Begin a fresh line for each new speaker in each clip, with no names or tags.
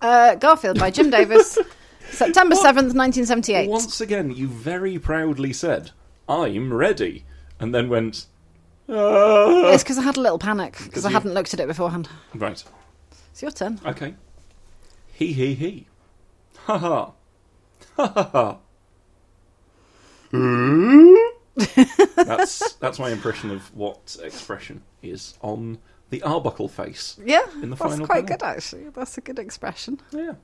Uh, Garfield by Jim Davis, September
What?
seventh, nineteen seventy-eight.
Once again, you very proudly said, I'm ready, and then went, "Ah."
It's because I had a little panic because I
you-
hadn't looked at it beforehand.
Right,
It's your turn.
okay. He, he, he. Ha ha. Ha ha ha.
Hmm?
that's, that's my impression of what expression is on the Arbuckle face.
Yeah,
In the
that's
final
quite
panel.
good actually. That's a good expression.
Yeah.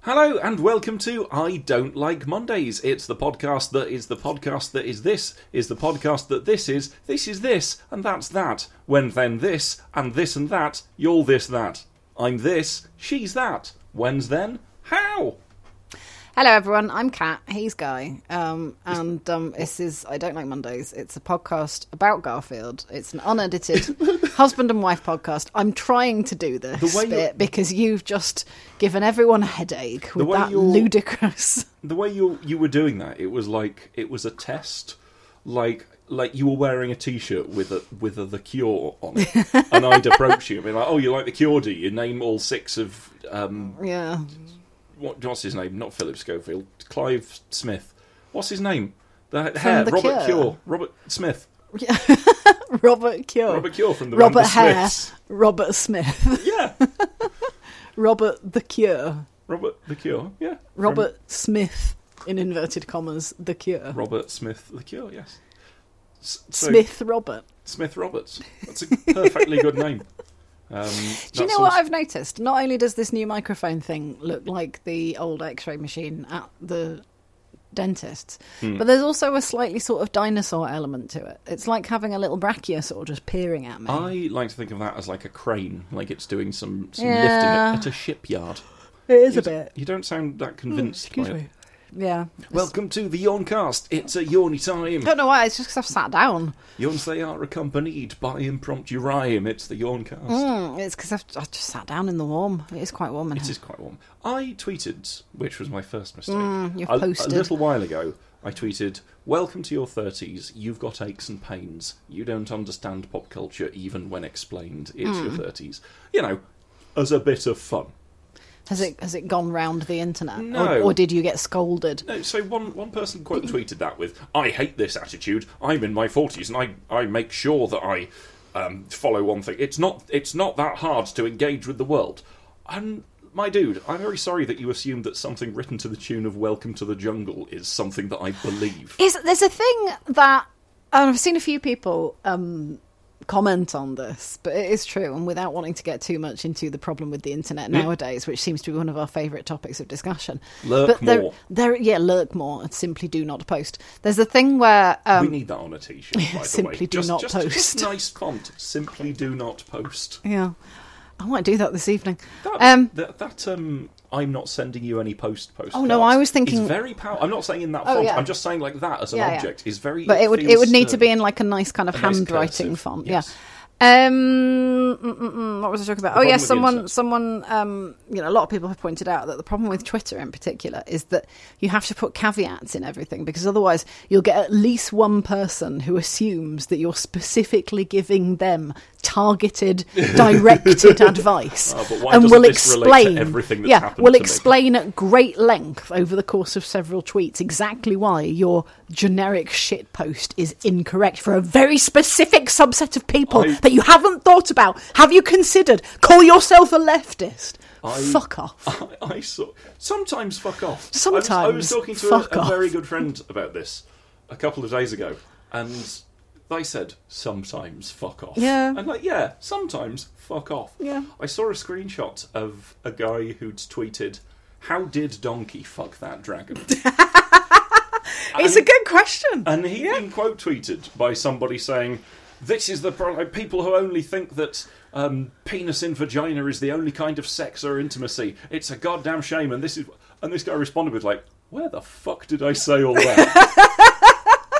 Hello and welcome to I Don't Like Mondays. It's the podcast that is the podcast that is this, is the podcast that this is, this is this, and that's that. When then this, and this and that, you're this that. I'm this, she's that. When's then? How?
Hello, everyone. I'm Kat. He's Guy. Um, and um, this is I Don't Like Mondays. It's a podcast about Garfield. It's an unedited husband and wife podcast. I'm trying to do this
The way you're-
bit because you've just given everyone a headache with
way
that
you're-
ludicrous.
The way you you were doing that, it was like it was a test. Like like you were wearing a t-shirt with a with a The Cure on it, and I'd approach you and be like, "Oh, you like The Cure? Do you name all six of um,
Yeah.
what, what's his name? Not Philip Schofield. Clive Smith. What's his name? The hair.
The Cure.
Robert Cure. Robert Smith.
Robert Cure.
Robert Cure from the
Oh. Robert
Rand the
Hare.
Smiths.
Robert Smith.
Yeah.
Robert the Cure.
Robert the Cure. Yeah. From
Robert Smith, in inverted commas, the Cure.
Robert Smith the Cure. Yes. S- so,
Smith Robert.
Smith Roberts. That's a perfectly good name. Um,
Do you know what I've noticed? Not only does this new microphone thing look like the old X-ray machine at the dentist's,
Hmm.
but there's also a slightly sort of dinosaur element to it. It's like having a little brachiosaur just peering at me.
I like to think of that as like a crane, like it's doing some, some
Yeah.
lifting at, at a shipyard.
it is a
You d-
bit. Hmm,
You don't sound that convinced.
Excuse
by it.
me. Yeah.
Welcome to the Yawncast. It's a yawny time.
I don't know why. It's just because I've sat down.
Yawns they are accompanied by impromptu rhyme. It's the Yawncast.
Mm, it's because I've, I've just sat down in the warm. It is quite warm in
It
here.
is quite warm. I tweeted, which was my first mistake.
Mm, you've
a,
posted.
a little while ago. I tweeted, "Welcome to your thirties. You've got aches and pains. You don't understand pop culture, even when explained. It's your
Mm.
thirties. You know, as a bit of fun."
Has it has it gone round the internet, or,
No.
or did you get scolded?
No, so one, one person quote tweeted that with, I hate this attitude. I'm in my 40s and I, I make sure that I um, follow one thing. It's not, it's not that hard to engage with the world. And my dude, I'm very sorry that you assumed that something written to the tune of Welcome to the Jungle is something that I believe.
is there's a thing that and I've seen a few people um, comment on this, but it is true. And without wanting to get too much into the problem with the internet nowadays, which seems to be one of our favourite topics of discussion,
Lurk
but there,
more.
there, yeah, lurk more and simply do not post. There's a thing where um,
we need that on a t-shirt, by the way.
simply do
Just-
not
just-
post.
Just nice font. Simply do not post.
yeah, I might do that this evening.
That,
Um,
that, that um, I'm not sending you any post post.
Oh, no, I was thinking-
it's very powerful. I'm not saying in that
Oh,
font.
yeah.
I'm just saying like that as an
Yeah, yeah.
object is very.
but it would it
feels
would need to
stern.
be in like a nice kind of
A nice
handwriting
cursive,
font.
yes.
Yeah. Um, mm, mm, mm, what was I talking about? oh
problem
yes,
with the
someone
internet.
someone um, you know a lot of people have pointed out that the problem with Twitter in particular is that you have to put caveats in everything because otherwise you'll get at least one person who assumes that you're specifically giving them targeted, directed advice,
Oh, but why doesn't this relate to everything that's
yeah,
happened
will
to me?
explain at great length over the course of several tweets exactly why your generic shit post is incorrect for a very specific subset of people
I-
that you haven't thought about. Have you considered? Call yourself a leftist.
I-
Fuck off.
I, I saw. Sometimes fuck off. I was, I
Sometimes
was talking to
fuck
a, a
off.
very good friend about this a couple of days ago, and they said sometimes fuck off.
Yeah.
And like yeah, sometimes fuck off.
Yeah.
I saw a screenshot of a guy who'd tweeted, "How did Donkey fuck that dragon?"
It's a good question.
And he'd been quote tweeted by somebody saying, "This is the problem. People who only think that um, penis in vagina is the only kind of sex or intimacy. It's a goddamn shame." And this is and this guy responded with like, "Where the fuck did I say all that?"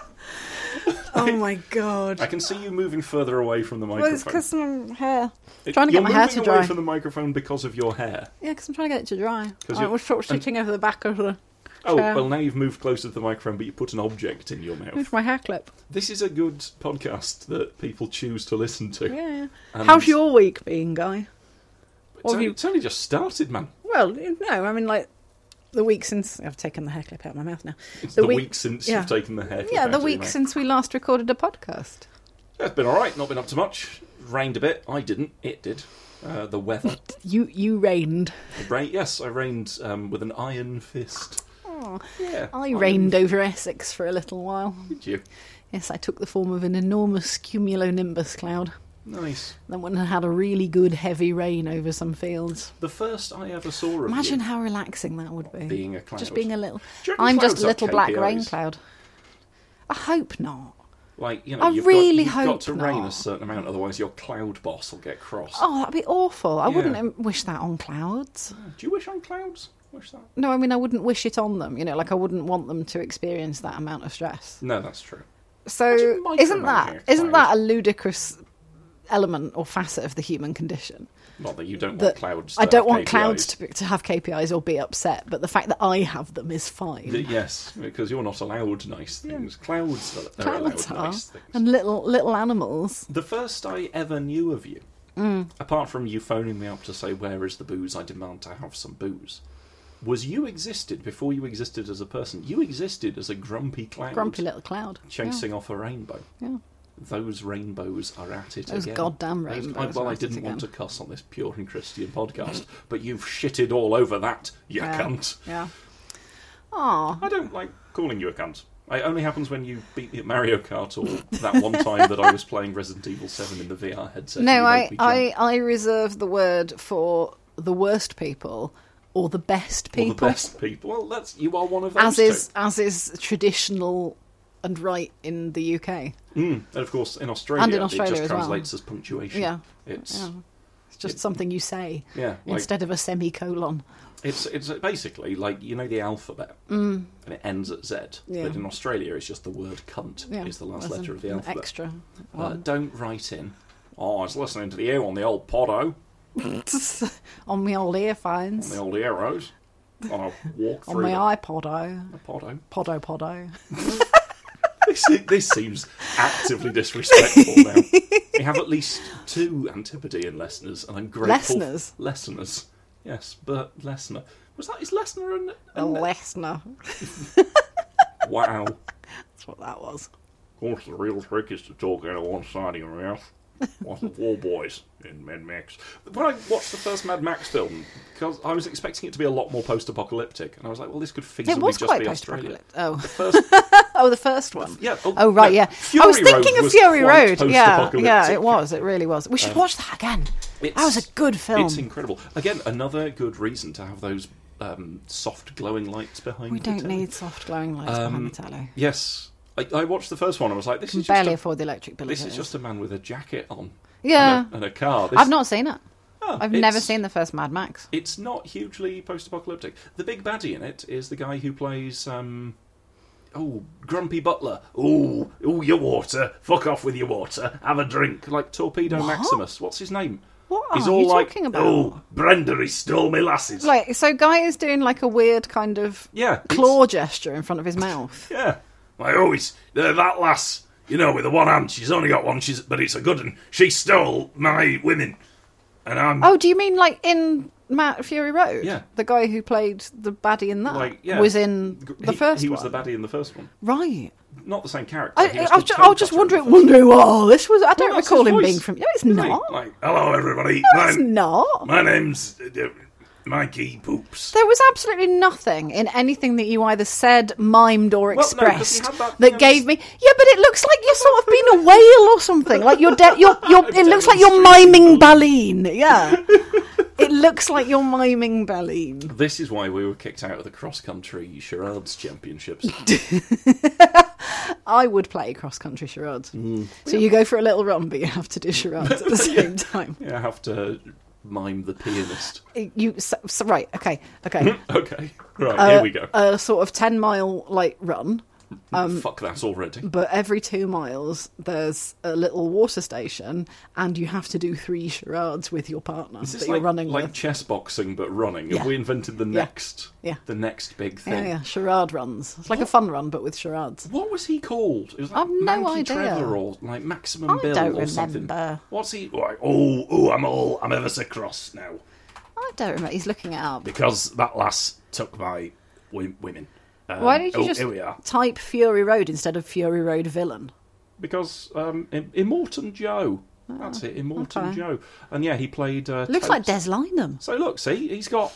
oh my god.
I can see you moving further away from the
well, it's
microphone.
because my hair.
It-
trying to
You're
get my hair to
moving
dry.
away from the microphone because of your hair.
Yeah, because I'm trying to get it to dry.
'Cause
I
you-
was sort of
and-
sitting over the back of the.
Oh
chair
well, now you've moved closer to the microphone, but you put an object in your mouth.
with my hair clip.
This is a good podcast that people choose to listen to.
Yeah.
And-
How's your week been, guy?
It's
What have
only-
you-
it's only just started, man.
Well, no, I mean like the week since I've taken the hair clip out of my mouth now.
It's the, week, since
yeah.
you've taken the hair.
Yeah, the
week
week since we last recorded a podcast.
It's been all right. Not been up to much. Rained a bit. I didn't. It did. Uh, the weather.
You you reigned.
It rain. Yes, I rained um, with an iron fist. Yeah,
I
iron-
reigned over Essex for a little while.
Did you?
Yes, I took the form of an enormous cumulonimbus cloud.
Nice.
Then when I had a really good heavy rain over some fields.
The first I ever saw of
Imagine
you
how relaxing that would be.
being a cloud.
just being a little.
Do you reckon
I'm just
clouds
a
are
little black rain
KPIs?
cloud. I hope not.
Like you know,
I
you've
really
got, you've
hope
got to rain
not.
a certain amount, otherwise your cloud boss will get cross.
Oh, that'd be awful. I
Yeah.
wouldn't um, wish that on clouds.
Do you wish on clouds? Wish that?
No, I mean I wouldn't wish it on them. You know, like I wouldn't want them to experience that amount of stress.
No, that's true.
So
Imagine
isn't
micromanaging
that
a
isn't
cloud.
that a ludicrous element or facet of the human condition?
Not that you don't
That
want clouds. To
I don't
have
want clouds
KPIs.
to, be, to have KPIs or be upset, but the fact that I have them is fine.
Th- Yes, because you're not allowed nice things. Clouds are, are
Clouds
allowed
are,
nice things.
and little little animals.
the first I ever knew of you,
Mm.
apart from you phoning me up to say, Where is the booze? I demand to have some booze, was you existed before you existed as a person. You existed as a grumpy cloud
Grumpy little cloud.
chasing off a rainbow.
Yeah. yeah.
Those rainbows are at it
Those
again.
goddamn
Those- I-
rainbows
well,
are
I
at it
didn't want to
again.
cuss on this Pure and Christian podcast, but you've shitted all over that, you
Yeah.
cunt.
Yeah. Aw.
I don't like calling you a cunt. It only happens when you beat me at Mario Kart or that one time that I was playing Resident Evil 7 in the VR headset. and
No,
you
I,
made me jump.
I, I reserve the word for the worst people or the best
Or
people,
the best people. Well, that's you are one of those.
as is
two.
as is traditional and right in the UK.
Mm. and of course in Australia,
And in Australia
it just
as well.
translates as punctuation.
Yeah.
it's
Yeah.
yeah,
It's just
It-
something you say
like,
instead of a semicolon.
it's it's basically like you know the alphabet, mm. and it ends at Z.
Yeah.
But in Australia, it's just the word "cunt"
Yeah,
is the last
as an-
letter of the
an
alphabet.
Extra.
Uh,
one.
don't write in. Oh, I was listening to you on the old podo,
on my old
on
earphones,
the old arrows, on a walk
on
through
my
the-
iPodo,
the podo.
podo podo.
This, this seems actively disrespectful now. We have at least two Antipodean listeners, and I'm grateful.
Lesners?
Lesners. Yes, Bert Lesner. Was that, is Lesner an,
A
an
Lesnar.
Wow. Of
That's what that was.
course, the real trick is to talk out of one side of your mouth. Like the War Boys in Mad Max. When I watched the first Mad Max film, because I was expecting it to be a lot more post-apocalyptic, and I was like, well, this could feasibly
It was
just
quite
be Australia.
post-apocalyptic. Oh,
First
oh, the first one.
Yeah.
Oh right, yeah. I was
Fury
thinking
Road
of
was
Fury
quite
Road. Yeah, yeah,
post-apocalyptic. Um,
it was. It really was. We should watch that again. That was
it's-
a good film.
It's incredible. Again, another good reason to have those um, soft glowing lights behind.
we
the
don't
telly.
need soft glowing lights behind the telly.
Yes, I, I watched the first one. and I was like, this
Can
is Um, just
barely
a,
afford the electric bill. as
this
it
is just a man with a jacket on.
Yeah.
and a, and a car. This,
I've not seen it.
Oh,
I've never
it's-
seen the first Mad Max.
It's not hugely post-apocalyptic. The big baddie in it is the guy who plays. Um, Oh, Grumpy Butler. Ooh, ooh, your water. Fuck off with your water. Have a drink. Like Torpedo Maximus. What's his name?
What
He's
are
all
you
like,
talking about?
oh, Brenda, he stole me lasses.
Like, so Guy is doing like a weird kind of
Yeah, it's-
claw gesture in front of his mouth.
Yeah. I always uh, that lass, you know, with the one hand. She's only got one. She's but it's a good one. She stole my women, and I'm
oh, do you mean like in Matt Fury Road?
Yeah.
The guy who played the baddie in that
like yeah.
Oh, was in the
he,
first
He was
one.
the baddie in the first one.
Right.
Not the same character.
I,
He was
I, was
called
ju- I was just
Toe Cutter in
wondering,
the first
wondering, oh, this was. I don't
that's
recall
his
him
voice,
being from. No, it's
one.
not.
Like, hello everybody.
It's
my,
not.
my name's uh, uh, Mikey Poops.
There was absolutely nothing in anything that you either said, mimed, or
no, 'cause you
expressed
had that-
that
yeah,
gave me. Yeah, but it looks like you've sort of been a whale or something. Like you're, de- you're, you're It looks like you're miming Baleen. Yeah, it looks like you're miming Baleen.
This is why we were kicked out of the cross country charades championships.
I would play cross country charades.
Mm.
So you go for a little run, but you have to do charades at the same time.
yeah, I have to mime the pianist.
You so, so, right? Okay, okay.
Okay, right here
Uh,
we go.
A sort of ten mile like run. um,
Fuck that already.
but every two miles there's a little water station and you have to do three charades with your partner
Is
that
this
you're
like,
running
like
with.
chess boxing but running? Have
Yeah.
we invented the next
Yeah.
the next big thing?
Yeah, yeah, charade runs. It's like a fun run but with charades.
What was he called? It was like
I've no
Monkey
idea.
Trevor or like Maximum
I
Bill
don't
or something.
remember.
What's he? Like, oh, oh, I'm all I'm ever so cross now.
I don't remember. He's looking it up.
because that lass took my wi- women. Um,
Why did you
oh,
just-
Here we are.
Type Fury Road instead of Fury Road villain.
Because um, Im- Immortan Joe. That's it, Immortan
Ah, okay.
Joe. And yeah, he played. Uh,
Looks
Totes.
like Des Lynam.
So look, see, he's got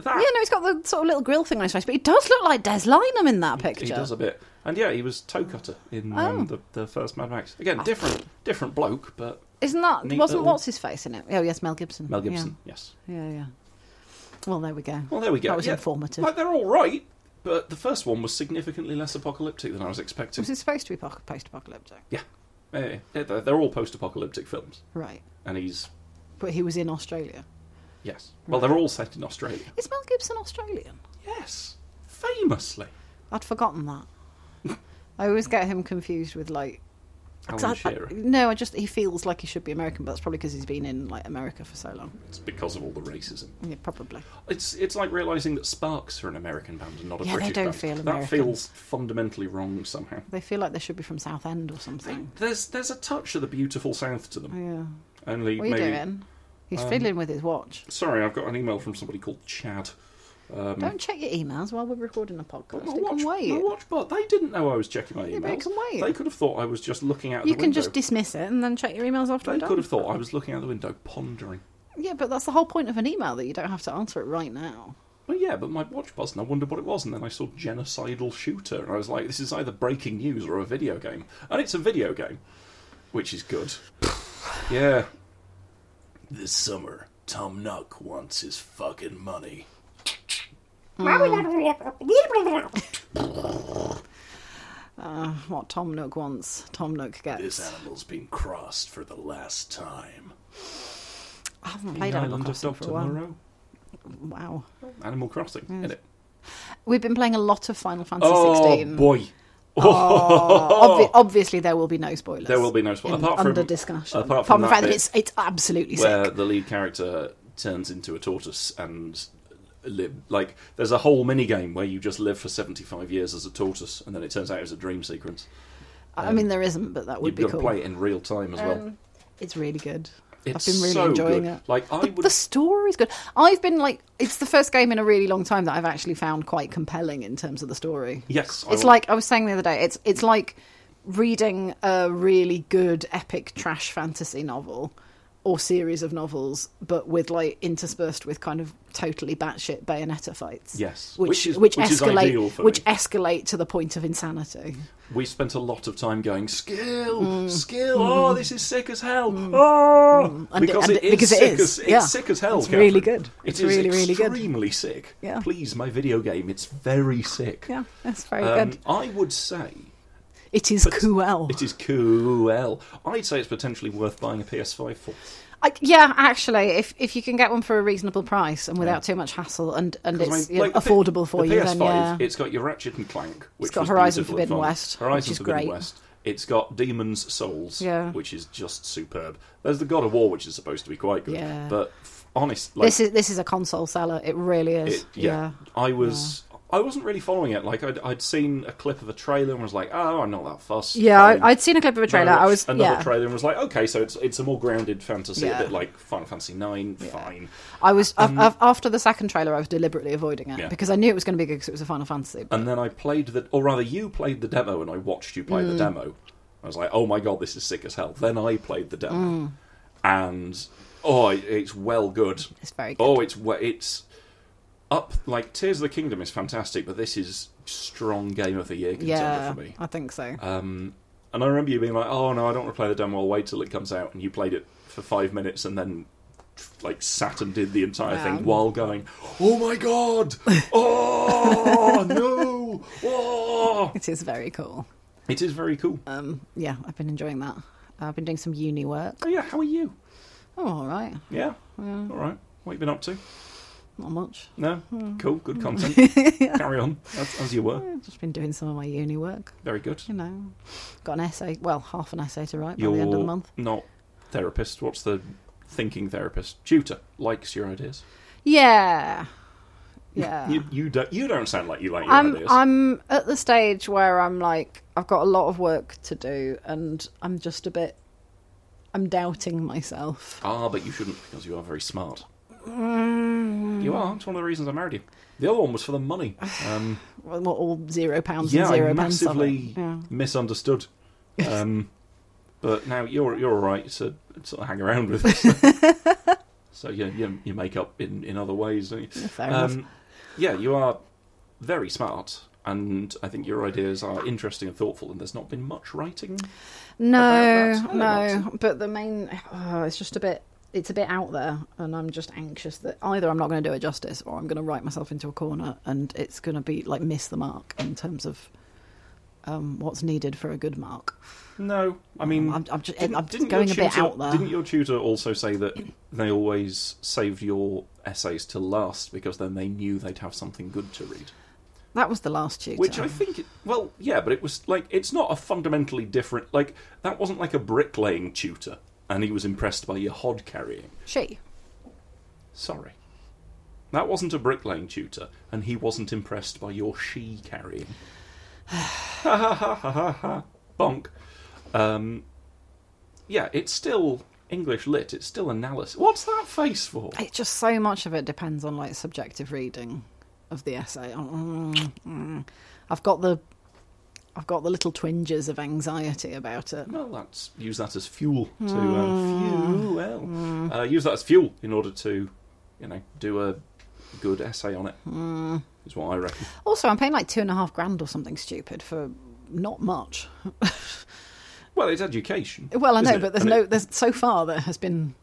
that.
Yeah, no, he's got the sort of little grill thing on his face, but he does look like Des Lynam in that picture.
He does a bit, and yeah, he was toe cutter in
Oh. Ah.
um, the, the first Mad Max. Again, different, different bloke, but
Isn't that
Neat
wasn't
little-
what's his face in it? Oh yes, Mel Gibson.
Mel Gibson. Yes.
Yeah, yeah. yeah. Well, there we go.
Well, there we go.
That was
Yeah,
informative.
Like they're all right, but the first one was significantly less apocalyptic than I was expecting.
Was it supposed to be po- post-apocalyptic?
Yeah, yeah, yeah, they're, they're all post-apocalyptic films,
Right,
and he's
but he was in Australia.
yes. Well, they're all set in Australia.
Is Mel Gibson Australian?
Yes, famously.
I'd forgotten that. I always get him confused with like. 'cause
Alan
I- I-
Shearer.
no, I just he feels like he should be American, but that's probably because he's been in like America for so long.
It's because of all the racism.
Yeah, probably.
It's it's like realizing that Sparks are an American band and not a
Yeah, they
British
don't
band.
feel American.
That feels fundamentally wrong somehow.
They feel like they should be from Southend or something.
There's there's a touch of the beautiful south to them.
Yeah.
Only
What are you
maybe.
doing? He's
Um,
fiddling with his watch.
Sorry, I've got an email from somebody called Chad. Um,
Don't check your emails while we're recording a
but
podcast.
my
It
watch,
can wait.
my watch bot. They didn't know I was checking my emails.
Yeah, but it can wait.
They could have thought I was just looking out.
You
the
can
window.
just dismiss it and then check your emails after
They
we're done.
could have thought I was looking out the window pondering.
Yeah, but that's the whole point of an email that you don't have to answer it right now.
Well, yeah, but my watch buzzed and I wondered what it was, and then I saw genocidal shooter, and I was like, this is either breaking news or a video game. And it's a video game, which is good. yeah. This summer, Tom Nook wants his fucking money.
Uh, what Tom Nook wants, Tom Nook gets.
animal's been crossed for the last time.
I haven't
The
played Animal
Island of
Crossing for
Dr.
a while.
Moreau.
Wow.
Animal Crossing, innit?
We've been playing a lot of Final Fantasy
Oh,
16.
boy.
Obvi- obviously, there will be no spoilers.
There will be no spoil-
in-
apart from-
under discussion.
apart from
the
that
fact that
bit
it's it's absolutely sick.
where the lead character turns into a tortoise and live like there's a whole mini game where you just live for 75 years as a tortoise and then it turns out it was a dream sequence
I mean, there isn't, but that would
um, you've
be
got
cool.
to play it in real time as well
Um, it's really good.
It's
I've been really
so
enjoying
good.
it.
Like, I
the,
would-
the story's good. I've been like, it's the first game in a really long time that I've actually found quite compelling in terms of the story.
yes I
it's
want-
like I was saying the other day. It's it's like reading a really good epic trash fantasy novel or series of novels, but with like interspersed with kind of totally batshit bayonetta fights.
Yes.
which
Which
which,
is- which is
escalate
ideal for
which
me.
escalate to the point of insanity.
we spent a lot of time going skill
Mm.
skill oh this is sick as hell oh
And it- and it- because it
sick
is,
as, it's
yeah.
sick as hell
It's really
Catherine.
good.
It
It's
is
really, really good.
extremely sick
Yeah.
please my video game it's very sick
Yeah, that's very
um,
good.
I would say
It is cool.
It is cool. I'd say it's potentially worth buying a PS5 for.
I, yeah, actually, if if you can get one for a reasonable price and without too much hassle, and and
'Cause, I
it's
mean,
you know,
like, the P-
affordable for
the
you, then
PS5,
yeah,
It's got your Ratchet and Clank, which
got
was
Horizon
beautiful
Forbidden
and fun.
West,
Horizon
which is
Forbidden
great.
West. It's got Demon's Souls,
Yeah.
which is just superb. There's the God of War, which is supposed to be quite good.
Yeah.
But f- honest, like,
this is this is a console seller. It really is.
it- yeah, I was. I wasn't really following it. Like I'd, I'd seen a clip of a trailer and was like, "Oh, I'm not that fussed."
Yeah,
Fine.
I, I'd seen a clip of a
Then
trailer. I
watched
was
Um, another
yeah.
trailer and was like, "Okay, so it's it's a more grounded fantasy,
Yeah.
a bit like Final Fantasy Nine. Fine."
I was af- af- after the second trailer. I was deliberately avoiding it
um, Yeah.
because I knew it was going to be good because it was a Final Fantasy. But
And then I played the, or rather, you played the demo, and I watched you play the
Mm.
demo. I was like, "Oh my god, this is sick as hell." Then I played the demo,
Mm.
and oh, it, it's well good.
It's very good.
Oh, it's we- it's up like Tears of the Kingdom is fantastic, but this is strong game of the year contender
yeah,
for me.
I think so.
Um, and I remember you being like, "Oh no, I don't want to play the demo. I'll wait till it comes out." And you played it for five minutes, and then like sat and did the entire
Wow.
thing while going, "Oh my god! Oh no! Oh!"
it is very cool.
It is very cool.
Um, yeah, I've been enjoying that. Uh, I've been doing some uni work.
oh yeah, how are you?
Oh, all right,
Yeah, all right. What you been up to?
not much.
No,
Hmm.
cool, good content. Carry on as, as you were.
I've just been doing some of my uni work.
Very good.
You know, got an essay. Well, half an essay to write by
You're
the end of the month.
not therapist. What's the thinking therapist? Tutor likes your ideas.
Yeah, yeah.
You, you don't. You don't sound like you like your
I'm
ideas.
I'm at the stage where I'm like I've got a lot of work to do and I'm just a bit I'm doubting myself.
Ah, but you shouldn't because you are very smart. You are. It's one of the reasons I married you. The other one was for the money. Um,
Well, what, all zero pounds
yeah,
and zero
I
pence of it.
massively
Yeah.
misunderstood. Um, but now you're you're all right to sort of hang around with. so yeah, you, you make up in, in other ways. Don't you?
Yeah, fair enough.
Um, yeah, you are very smart, and I think your ideas are interesting and thoughtful. And there's not been much writing.
No,
about that, I don't
no. But the main, oh, it's just a bit. It's a bit out there, and I'm just anxious that either I'm not going to do it justice, or I'm going to write myself into a corner, and it's going to be like miss the mark in terms of um, what's needed for a good mark.
No, I mean,
Oh, I'm, I'm just,
didn't-
I'm
didn't
just
your
going a bit
tutor-
out there.
Didn't your tutor also say that they always saved your essays till last because then they knew they'd have something good to read?
That was the last tutor.
Which I think, it- well, yeah, but it was like it's not a fundamentally different. Like that wasn't like a bricklaying tutor, and he was impressed by your hod carrying.
she.
Sorry, that wasn't a bricklaying tutor, and he wasn't impressed by your she carrying. ha ha ha ha ha ha! Bonk. Um, yeah, it's still English lit. It's still analysis. What's that face for?
It just so much of it depends on like subjective reading of the essay. Mm, mm. I've got the, I've got the little twinges of anxiety about it.
Well, that's use that as fuel to
Hmm.
uh, fuel. Uh, use that as fuel in order to, you know, do a good essay on it. Is
Hmm.
what I reckon.
Also, I'm paying like two and a half grand or something stupid for not much.
Well, it's education.
Well, I
isn't
know,
it?
but there's
And
no.
it-
There's so far there has been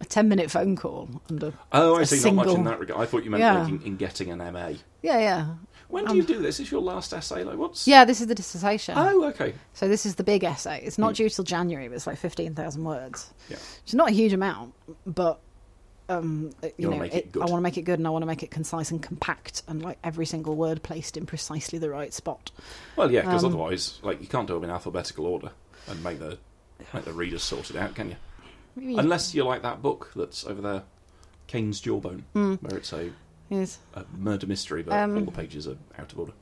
a ten minute phone call and a
oh, I
a
see. Not much in
single-
that regard. I thought you meant
Yeah.
like in, in getting an MA.
yeah, yeah,
When do
Um,
you do this? Is your last essay like what's?
yeah. This is the dissertation.
Oh, okay.
So this is the big essay. It's
Hmm.
not due till January, but it's like fifteen thousand words.
Yeah.
It's not a huge amount, but um, it- you,
You wanna
know,
make it
it-
good.
I want to make it good, and I want to make it concise and compact, and like every single word placed in precisely the right spot.
Well, yeah, because
Um,
otherwise, like, you can't do them in alphabetical order and make the make the readers sort it out, can you? Unless you like that book that's over there, Cain's Jawbone, where it's a
Yes.
a murder mystery, but
Hmm. Um,
all the pages are out of order.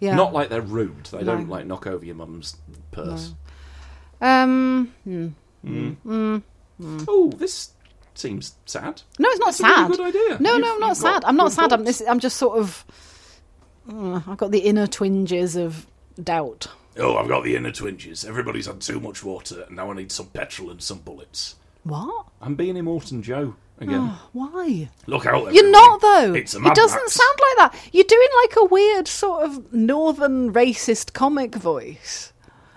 Yeah.
Not like they're rude. They
No.
don't like knock over your mum's purse.
um. hmm.
Mm.
Mm.
Oh, this seems sad.
No, it's not
That's
sad.
a really good idea.
No,
You've-
no, I'm not
you've got
sad. I'm not
good
sad. I'm,
thoughts.
this, I'm just sort of. Mm, I've got the inner twinges of doubt.
Oh, I've got the inner twinges. Everybody's had too much water, and now I need some petrol and some bullets.
What?
I'm being Immortan Joe again.
Oh, why?
Look out!
You're
everybody.
not though.
It's a
it
Mad
doesn't
Max.
sound like that. You're doing like a weird sort of northern racist comic voice,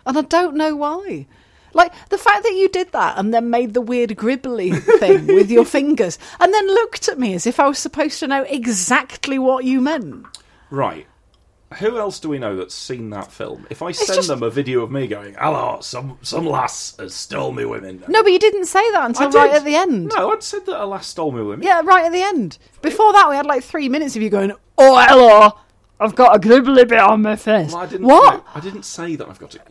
and I don't know why. Like the fact that you did that and then made the weird gribbly thing with your fingers, and then looked at me as if I was supposed to know exactly what you meant.
Right. Who else do we know that's seen that film? If I send
just-
them a video of me going, "Hello, some some lass has stole me women,"
No, but you didn't say that
I
until right
did.
at the end.
No, I'd said that a lass stole me women.
Yeah, right at the end. Before that, we had like three minutes of you going, "Oh, hello, I've got a gribbly bit on my face."
Well, I didn't,
what?
no, I didn't say that I've got it.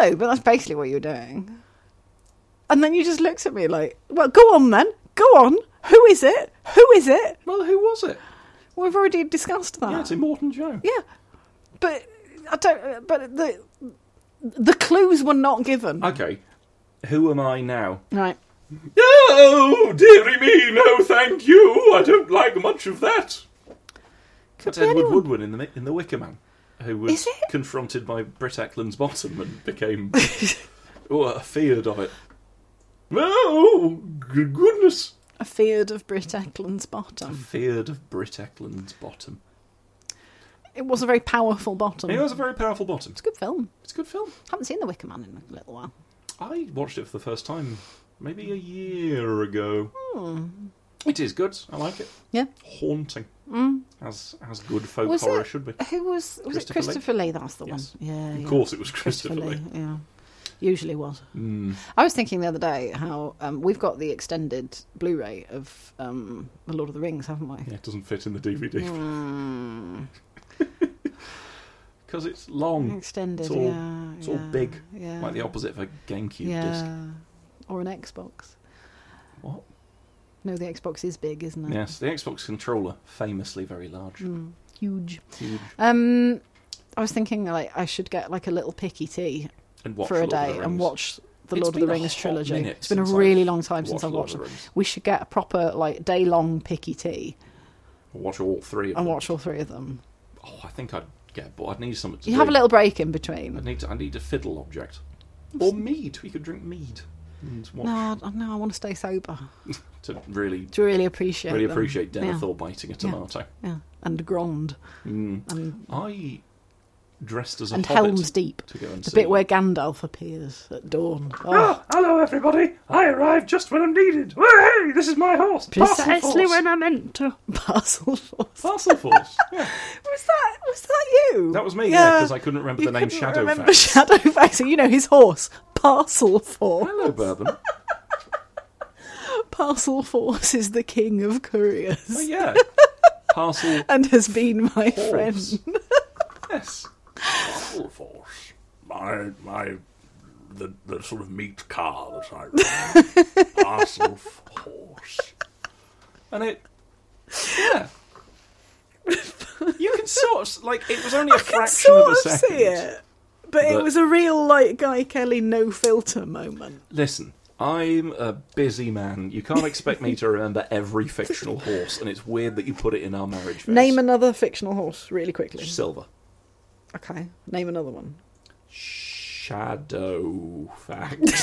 No, but that's basically what you were doing. And then you just looked at me like, "Well, go on then, go on. Who is it? Who is it?"
Well, who was it?
Well, we've already discussed that.
Yeah, it's Immortan Joe.
Yeah. but I don't. But the the clues were not given.
Okay, who am I now?
right.
Oh, dearie me, no thank you. I don't like much of that.
Could
That's
be
Edward
anyone.
Woodward in the, Mi- in the Wicker Man, who was
Is it?
confronted by Britt Eklund's bottom and became oh, feared of it. Oh, good goodness.
I feared of Britt Eklund's bottom.
Feared of Britt Eklund's bottom.
It was a very powerful bottom.
It was a very powerful bottom.
It's a good film.
It's a good film.
Haven't seen The Wicker Man in a little while.
I watched it for the first time maybe a year ago. Hmm. It is good. I like it.
Yeah. Mm.
Haunting, as as good folk
Was
horror
it-
should be.
Who was was it
Christopher Lee?
Christopher Lee? That's the
Yes.
one. Yeah,
Of
yeah.
course, it was Christopher, Lee.
Yeah, usually was.
Mm.
I was thinking the other day how um, we've got the extended Blu-ray of um, The Lord of the Rings, haven't we?
Yeah, it doesn't fit in the DVD
Mm,
because it's long,
extended.
It's all-
yeah,
it's all
yeah,
big,
Yeah.
like the opposite of a GameCube
yeah.
disc.
Or an Xbox.
What?
No, the Xbox is big, isn't it?
Yes, the Xbox controller famously very large,
Mm, huge.
huge,
Um, I was thinking like I should get like a little picky tea
and watch
for a
Lord of the
day and
Rings.
watch
the
It's
Lord of the
been a
Rings
hot
trilogy.
minute
It's been a
since I've
really long time since
watched
I've
Lord
watched
of
them.
the Rings.
We should get a proper like day long picky tea
Watch all three of
and
them.
watch all three of them.
Oh, I think I'd get bored. I'd need something to
You
do.
have a little break in
I
between.
need to, I need a fiddle object. Or mead. We could drink mead and watch
No, I- no, I want to stay sober.
to really
To really appreciate.
really
them.
appreciate
yeah.
Denethor biting a tomato. Mm.
yeah, and Grond and
I dressed as a
and
hobbit
Helm's Deep.
to go and
The
see.
bit where Gandalf appears at dawn. Oh,
Ah, hello everybody! I arrived just when I'm needed. Hey, this is my horse.
Precisely when I meant to.
Parcel Force.
Parcel Force. Yeah,
Was that was that you?
that was me. Yeah, because I couldn't remember
You
the name
couldn't
Shadow
remember
Fax.
Shadowfax. So you know his horse, Parcel Force.
Hello, Bourbon.
Parcel Force is the king of couriers
Oh yeah, Parcel
and has been my
Force.
friend.
yes, Parcel Force.
my my the, the sort of meat car that I ride, parcel f- horse.
and it yeah you can sort of like it was only a
I
fraction
sort
of a
of
second
see it, but it
that-
was a real like Guy Kelly no filter moment.
listen i'm a busy man you can't expect me to remember every fictional horse and it's weird that you put it in our marriage vows.
Name another fictional horse really quickly.
silver
Okay, name another one.
shadow facts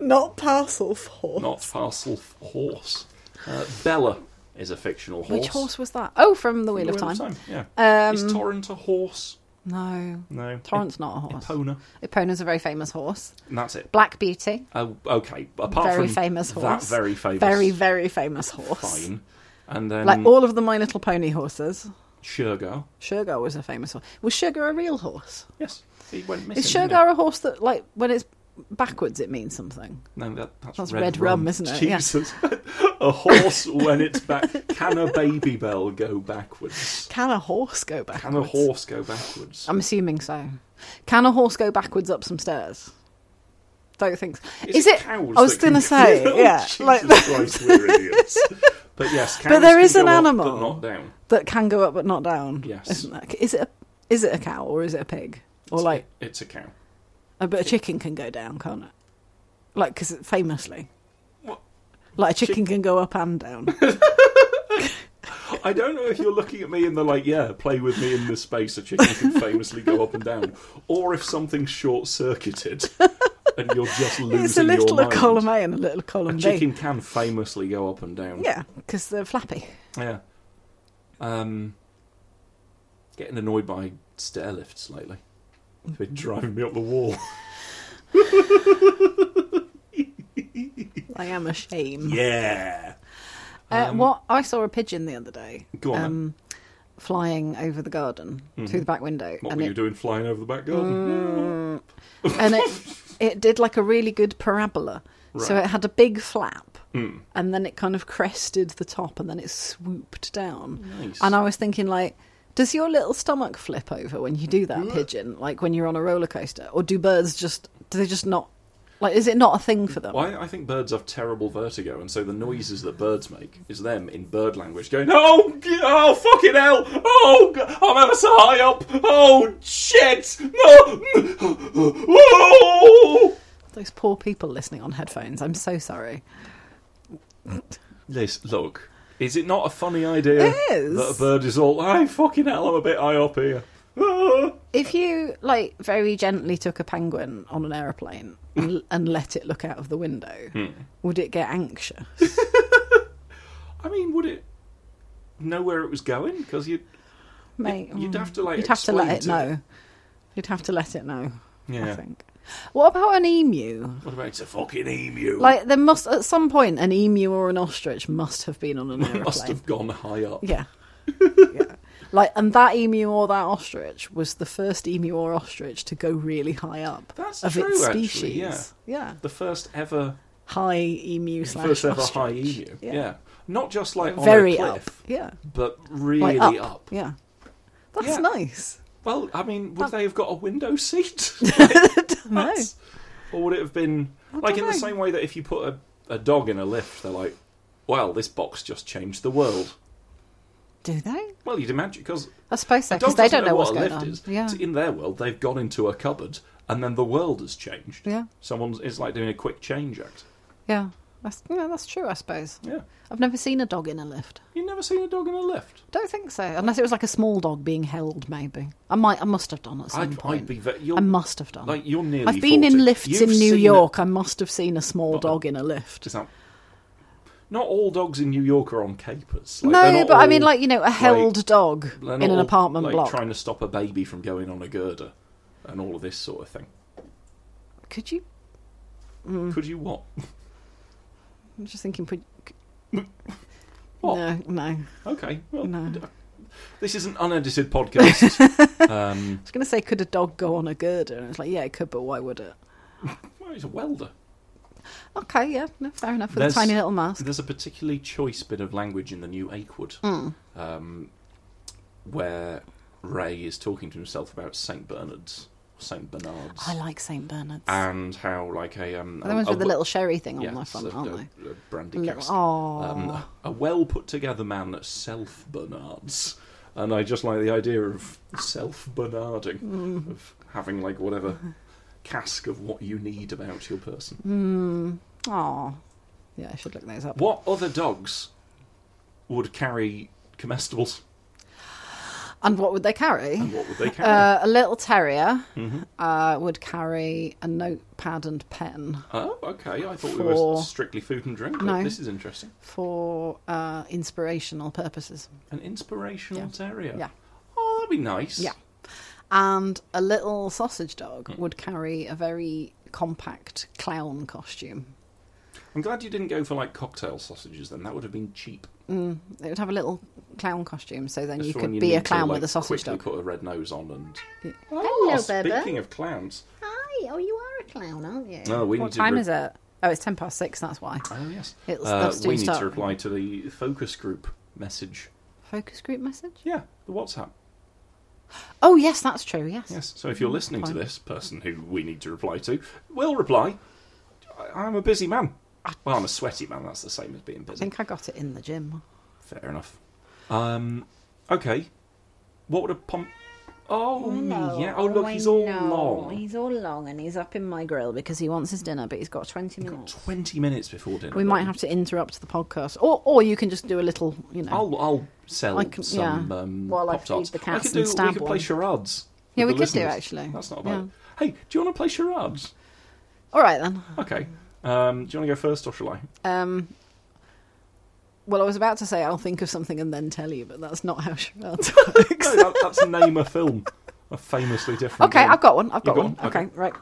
Not Parcel Force.
not parcel f- horse uh, bella is a fictional horse
Which horse was that? Oh, from the Wheel,
Wheel
of, time.
yeah
Um,
is torrent a horse
No,
no
Torrent's not a horse.
Epona.
Epona's a very famous horse.
And that's it.
Black Beauty,
Oh, okay. Apart
very
from
famous
that
horse.
very famous,
very very famous horse.
fine. Um, And then
Like all of the My Little Pony horses,
Shergar.
Shergar was a famous horse. Was Shergar a real horse?
Yes, he went missing.
Is
didn't he?
Shergar a horse that, like, when it's backwards, it means something?
No, that, that's,
That's
red,
Red
rum.
Rum, isn't it? Yeah.
Jesus, a horse when it's back. Can a baby bell go backwards?
Can a horse go backwards? Um,
Can a horse go backwards?
I'm assuming so. Can a horse go backwards up some stairs? Don't think. So.
Is
Is,
it
it?
cows
I was
that can
going to say,
go- Oh,
yeah,
Jesus
like
Christ, we're idiots. But yes, cows
there
can
is
go
an
up,
animal.
but not down.
that can go up but not down.
Yes.
isn't that? Is it? A, is it a cow or is it a pig? Or like,
it's a cow.
a, but a chicken can go down, can't it? Like, because famously,
What?
like a chicken can go up and down.
I don't know if you're looking at me in the like, yeah, play with me in this space. A chicken can famously go up and down, or if something's short circuited and you're just losing
it's a little
your
a
mind.
column A and a little column
A
B.
chicken can famously go up and down.
Yeah, because they're flappy.
Yeah. Um, getting annoyed by stair lifts lately. They've been driving me up the wall.
I am ashamed.
Yeah.
Uh, what I saw a pigeon the other day
um, Go on. then. Mm-hmm.
um, flying over the garden through the back window,
what were
and it Mm.
you doing flying over the back garden?
and it it did like a really good parabola. So
Right. Hmm.
it had a big flap, and then it kind of crested the top, and then it swooped down.
Nice.
And I was thinking, like, does your little stomach flip over when you do that pigeon, like when you're on a roller coaster, or do birds just do they just not like? Is it not a thing for them?
Why I think birds have terrible vertigo, and so the noises that birds make is them in bird language going, "Oh, g- oh, fucking hell! Oh, g- I'm ever so high up! Oh, shit! No! Oh!"
Those poor people listening on headphones. I'm so sorry.
This look, is it not a funny idea
It is.
that a bird is all, "I fucking hell, I'm a bit high up here." Ah."
If you like very gently took a penguin on an aeroplane and, and let it look out of the window,
Hmm.
would it get anxious?
I mean, would it know where it was going? Because you,
Mate,
you'd
mm.
have to like,
You'd have to let
explain
it know. You'd have to let it know. I
Yeah.
think. What about an emu?
What about
It's a fucking emu.
Like there must at some point an emu or an ostrich must have been on an
it?
aeroplane.
Must have gone high up.
Yeah. yeah. Like and that emu or that ostrich was the first emu or ostrich to go really high up
That's
of
true,
its
actually,
species. Yeah.
The first ever
High emu slash
first ever
ostrich.
high emu. Yeah.
Yeah.
Not just like on
Very
a cliff,
up. Yeah.
but
Like
really
up.
up.
Yeah. That's
Yeah.
nice.
Well, I mean, would
Um,
they have got a window seat?
No.
That's- Or would it have been like in
dunno.
the same way that if you put a, a dog in a lift, they're like, "Well, this box just changed the world."
Do they?
Well, you'd imagine because
I suppose so, because they don't know, what's
a
going
lift
on.
is.
Yeah.
So in their world, they've gone into a cupboard, and then the world has changed.
Yeah.
someone's it's like doing a quick change act.
Yeah. That's, yeah, that's true, I suppose.
Yeah,
I've never seen a dog in a lift.
you've never seen a dog in a lift.
Don't think so. Unless it was like a small dog being held, maybe. I might. I must have done at some
I'd,
point.
I'd be ve- you're,
I must have done.
like you're nearly.
I've been
40.
in lifts
You've
in New
seen uh,
York. I must have seen a small
Not a-
dog in a
A,
lift.
is that- not all dogs in New York are on capers. Like, they're
no,
not
but I mean,
all-
like you know, a held dog
they're
in
not
an
all,
apartment
like,
block.
trying to stop a baby from going on a girder, and all of this sort of thing.
Could you? Hmm.
Could you what?
I'm just thinking. Could,
What?
No, no. I
Okay, well,
No.
d- uh, this is an unedited podcast. um,
was going to say, could a dog go on a girder? And it's like, yeah, it could, but why would it?
well, he's a welder.
Okay, yeah, no, fair enough. With
There's-
a tiny little mask.
There's a particularly choice bit of language in the new Akewood,
Hmm.
um, where Ray is talking to himself about Saint Bernard's, Saint Bernard's,
I like Saint Bernards.
and how like a um,
Are the ones
a-
with the
a-
little sherry thing on
yes,
the front,
a-
aren't
a-
they?
a brandy
Little,
cask.
oh,
um, a well put together man at self Bernard's. And I just like the idea of self Bernarding,
Hmm.
of having like whatever cask of what you need about your person.
oh, yeah. I should look those up.
What other dogs would carry comestibles
And what would they carry?
and what Mm-hmm. would they carry?
Uh, a little terrier uh, would carry a notepad and pen
oh, okay. I thought we were
for-
strictly food and drink, but
No.
this is interesting.
for uh, inspirational purposes.
An inspirational
Yeah.
terrier.
Yeah.
Oh, that'd be nice.
Yeah. And a little sausage dog
Mm.
would carry a very compact clown costume.
I'm glad you didn't go for like cocktail sausages then. That would have been cheap.
It would have a little clown costume, so then
Just
you
for
could
when
be a
need to,
clown
like,
with a sausage
quickly
dog. Oh,
Put a red nose on and. Oh,
Hello,
Speaking
Beba.
of clowns,
Hi. Oh, you are a clown, aren't you?
no, we
What
need to.
time
re-
is it? Oh, it's ten past six. That's why.
Oh yes,
It's-
uh,
that's
we
due
need
start.
to reply to the focus group message.
Focus group message.
Yeah, the WhatsApp.
Oh yes, that's true. Yes. Mm-hmm.
Yes. So if you're listening to
fine.
this person who we need to reply to, will reply. "I- I'm a busy man. Well, I'm a sweaty man. That's the same as being
I
busy.
think I got it in the gym.
Fair enough. Um, okay. What would a pump? Oh yeah. Oh look, he's all long.
He's all long and he's
Up in my grill because he wants his dinner, but he's got twenty minutes.
Twenty minutes before dinner.
We might
Robin.
have to interrupt the podcast, or or you can just do a little, you know.
I'll I'll sell
I can-
some
yeah.
um,
While I
pop tarts.
feed the cats
could
and
do, we
stab
could
one.
play charades.
Yeah,
with
we
the
could do,
listeners.
actually.
That's not bad. Hey, do you want to play charades?
All right then.
Okay. Um, do you want to go first or shall I?
Um, well, I was about to say I'll think of something and then tell you, but that's not how charades works.
No, that, that's name a film. A famously different.
okay,
game.
I've got one. I've
You've
got,
got
one.
one?
Okay.
Okay.
right.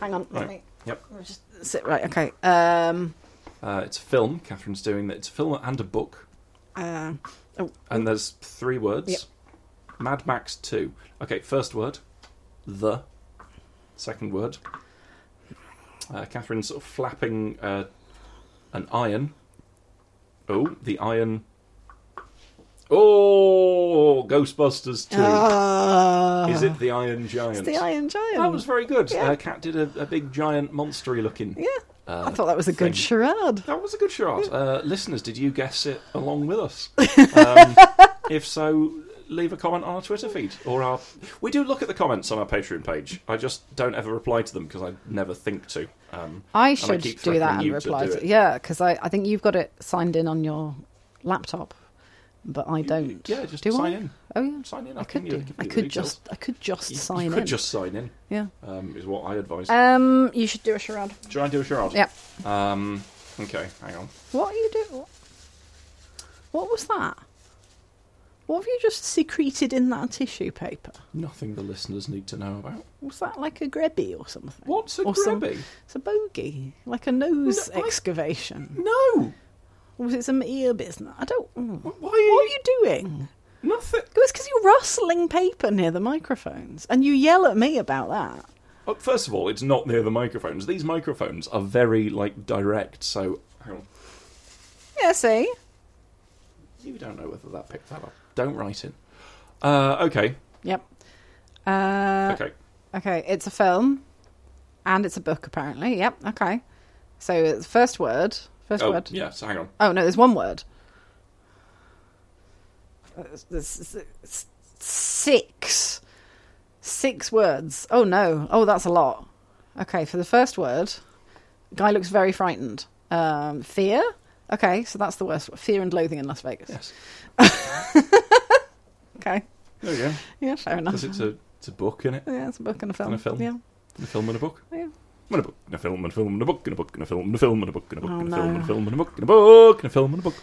Hang on. Let
Right.
me
Yep.
let me just sit right. Okay. Um,
Uh, it's a film. Catherine's doing that. It's a film and a book,
uh, oh,
and there's three words. Mad Max Two. Okay, first word, the. Second word. Uh, Catherine's sort of flapping uh, an iron. Oh, the iron. Oh, Ghostbusters Two.
uh,
Is it the Iron Giant?
it's the Iron Giant?
That was very good.
Mm. Yeah.
Uh, Cat did a, a big, giant, monstery looking.
yeah.
Uh,
I thought that was a
thing.
good charade.
That was a good shot. Uh, listeners, did you guess it along with us? Um, if so, leave a comment on our Twitter feed or our. We do look at the comments on our Patreon page. I just don't ever reply to them because I never think to. Um,
I
and I
should
keep
do that
threatening
and
you to
reply
do
to,
it.
yeah, because I, I think you've got it signed in on your laptop, but I don't.
yeah, just
do
sign
I?
in.
Oh yeah,
Sign in.
I could
give you-
do.
give
I
you the
could
details.
just I could just
You-
sign
you
in.
could just sign in.
Yeah.
Um, is what I advise.
Um, you should do a charade.
Should I do a charade?
Yeah.
Um, okay, hang on.
What are you doing? What was that? What have you just secreted in that tissue paper?
Nothing the listeners need to know about.
Was that like a grebby or something?
What's a
Or some-
grubby?
It's a bogey, like a nose
No, I-
excavation.
No!
Or was it some ear business? I don't. mm. What
Why
are
are you.
you doing?
Nothing.
It was because you're rustling paper near the microphones, and you yell at me about that.
Uh, First of all, it's not near the microphones. These microphones are very like direct, so hang on.
Yeah, see,
you don't know whether that picked that up. Don't write in. Uh, okay,
yep. Uh,
okay.
okay, it's a film, and it's a book apparently. Yep. Okay. So it's first word, first
oh,
word.
yes. Hang on.
Oh no, there's one word. s- s- six six words. Oh no! Oh, that's a lot. Okay, for the first word, guy looks very frightened. Um, fear. Okay, so that's the worst. Fear and loathing in Las Vegas.
Yes.
Okay.
There you go.
Yeah, fair enough.
Because it's a it's a book, isn't it?
Yeah, it's a book and a film.
And a film.
Yeah.
A film and a book.
Oh, Yeah.
And a book, and a film, and a film, and a book, and a book, and a film, and a film, and a book, and a book,
Oh,
and a
no.
film, and a film, and a book, and a book, and a film, and a book.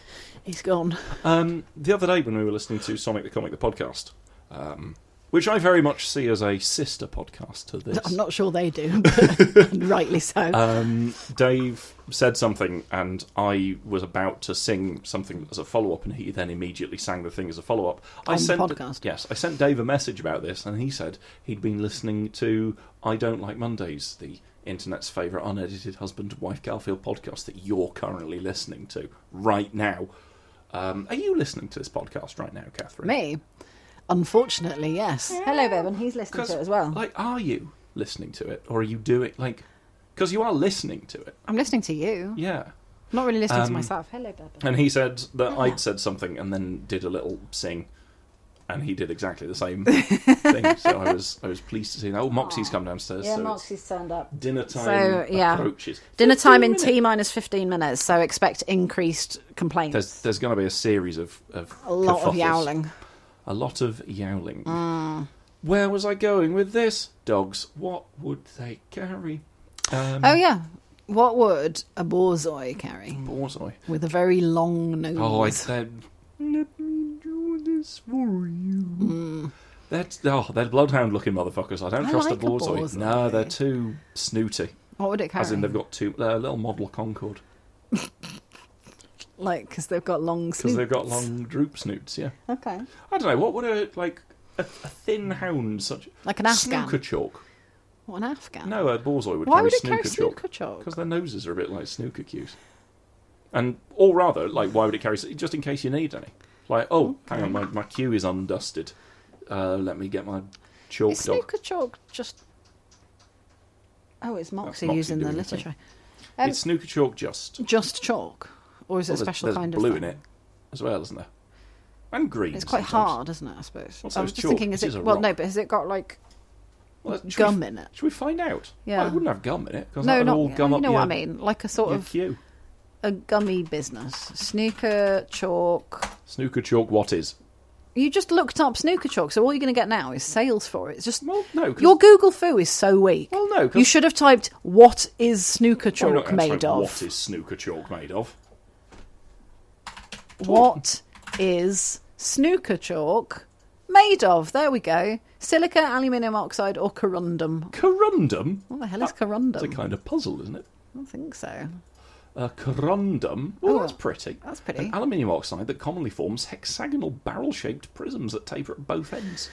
He's gone.
Um, the other day when we were listening to Sonic the Comic, the podcast, um, which I very much see as a sister podcast to this,
I'm not sure they do, but- and rightly so.
um, Dave said something, and I was about to sing something as a follow up, and he then immediately sang the thing as a follow up. I
On the
sent
podcast?
yes, I sent Dave a message about this, and he said he'd been listening to "I Don't Like Mondays," the internet's favourite unedited husband and wife Garfield podcast that you're currently listening to right now. Um, are you listening to this podcast right now, Catherine?
Me, unfortunately, yes.
Hello, Bevan. He's listening
'Cause,
to it as well.
Like, are you listening to it, or are you doing like? Because you are listening to it,
I'm listening to you.
yeah.
I'm not really listening to
Um,
myself.
Hello, Bevan.
And he said that I'd said something and then did a little sing, and he did exactly the same thing. So I was I was pleased to see that. Oh, Moxie's come downstairs.
Yeah,
so it's
Moxie's turned up.
dinner time
So, yeah.
approaches.
Dinner time in T minus 15 minutes, so expect increased complaints.
There's there's going to be a series of, of
a lot of
kerfuffles. Hmm.
yowling. Mm.
A lot of yowling. Where was I going with this? Dogs. What would they carry? Um,
Oh, yeah. What would a borzoi carry
Borzoi.
with a very long nose?
Oh, I said, let me do this for you. That's oh, they're bloodhound-looking motherfuckers. I don't
Mm. I
trust
like a
the borzoi.
Borzoi.
No, they're too snooty.
what would it carry?
As in, they've got two uh, little model Concorde
Like, because they've got long
because
snoots.
they've got long droop snoots. Yeah,
Okay.
I don't know what would a like a, a thin hound such
Like an Afghan.
snooker chalk.
What, an Afghan?
No, a borzoi would
Why
carry
would it
snooker
carry snooker
chalk
chalk?
because their noses are a bit like snooker cues. And or rather, like, why would it carry just in case you need any? Like, oh, hang on, my my cue is undusted. Uh, let me get my chalk
Is
dog.
snooker chalk just. Oh, it's Moxie,
Moxie
using the
doing the
literature.
thing.
Um,
it's snooker chalk just.
Just chalk? Or is it
Well,
a
there's-
special
there's
kind
blue
of.
in
thing?
it as well, isn't there? And green.
It's quite
sometimes.
hard, isn't it? I suppose.
Also,
I was
it's
just
chalk.
thinking, is
It
it?
is a
well,
rock.
no, but has it got like?
Well, should
gum
we-
in it.
Should we find out?
Yeah.
Well, it wouldn't have gum in it because
No,
that would
not.
all gum
you
up
know
your,
what I mean? Like a sort
your
of
cue.
a gummy business. Snooker chalk.
Snooker chalk. What is?
You just looked up snooker chalk, so all you're going to get now is sales for it. It's just
Well, no. 'cause-
your Google foo is so weak.
Well, no, 'cause-
you should have typed what is snooker
Well, we're not
chalk
gonna
made
type
of.
What is snooker chalk made of?
What is snooker chalk made of? There we go. Silica, aluminium oxide, or corundum.
Corundum.
What the hell is
Uh, It's a
corundum?
kind of puzzle, isn't it?
I don't think so.
A corundum. Oh, that's pretty.
that's pretty.
An aluminium oxide that commonly forms hexagonal barrel-shaped prisms that taper at both ends.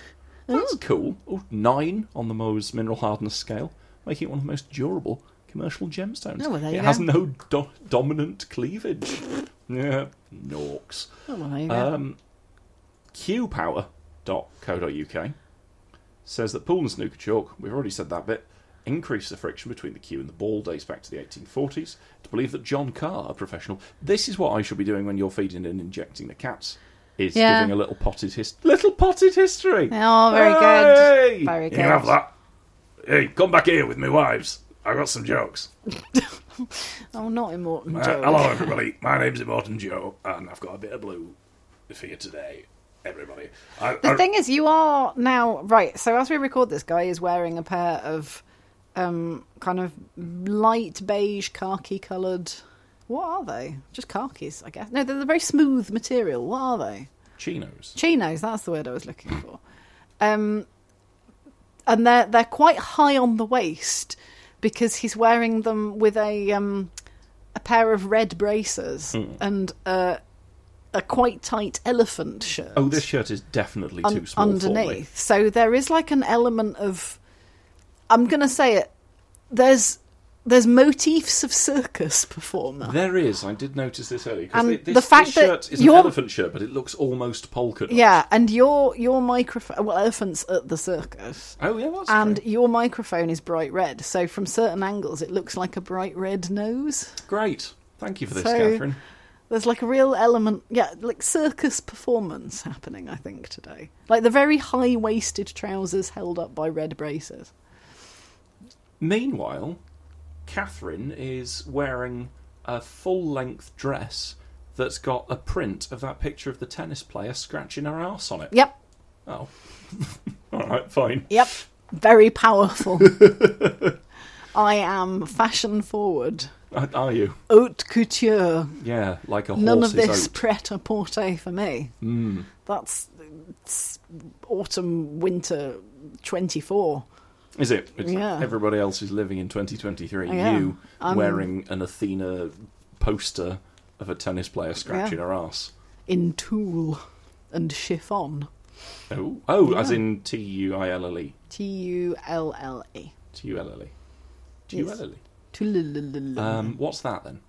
That's cool. Oh, nine on the Mohs mineral hardness scale, making it one of the most durable commercial gemstones.
Oh, well, there
it
you
has
go.
no do- dominant cleavage. yeah, norks.
Oh, well, there you go.
Um, QPower.co.uk says that pool and snooker chalk, we've already said that bit, increase the friction between the cue and the ball dates back to the 1840s. To believe that John Carr, a professional, this is what I should be doing when you're feeding and injecting the cats, is
Yeah.
giving a little potted history. Little potted history!
Oh, very
Hey!
good. Very good.
You have that. Hey, come back here with me wives. I got some jokes.
Oh, not in Morton
Uh,
Joe.
hello, everybody. My name's Immortan Joe, and I've got a bit of blue for you today, everybody. I,
The
I-
thing is, you are now right. So as we record this, guy is wearing a pair of um, kind of light beige khaki coloured. What are they? Just khakis, I guess. No, they're the very smooth material. What are they?
Chinos.
Chinos. That's the word I was looking for. Um, and they're they're quite high on the waist because he's wearing them with a um, a pair of red braces
Hmm.
and a, a quite tight elephant shirt
Oh, this shirt is definitely
un-
too small for me.
underneath. So there is like an element of I'm going to say it. There's there's motifs of circus performer.
There is. I did notice this earlier. 'cause
And
thi- this,
the fact
this
that
shirt is
you're-
an elephant shirt, but it looks almost polka. dot.
yeah, and your your microphone well elephants at the circus.
Oh yeah, that's
And
true.
your microphone is bright red, so from certain angles it looks like a bright red nose.
great. Thank you for this,
So-
Catherine.
There's like a real element, yeah, like circus performance happening. I think today, like the very high-waisted trousers held up by red braces.
Meanwhile, Catherine is wearing a full length dress that's got a print of that picture of the tennis player scratching her ass on it.
Yep,
Oh. Alright, fine.
yep, very powerful. I am fashion forward,
Uh, Are you?
haute couture.
Yeah, like a
None
horse's
of
Hmm.
this
oat.
pret a porter for me. That's it's autumn winter twenty four.
Is it? It's-
Yeah.
Everybody else is living in 2023.
I am.
You wearing an Athena poster of a tennis player scratching her ass.
in tulle and chiffon.
Oh, oh as
Yeah.
in T U I L L E.
T U L L E.
T U L L E. T U L L E.
Tulle.
Um, what's that then?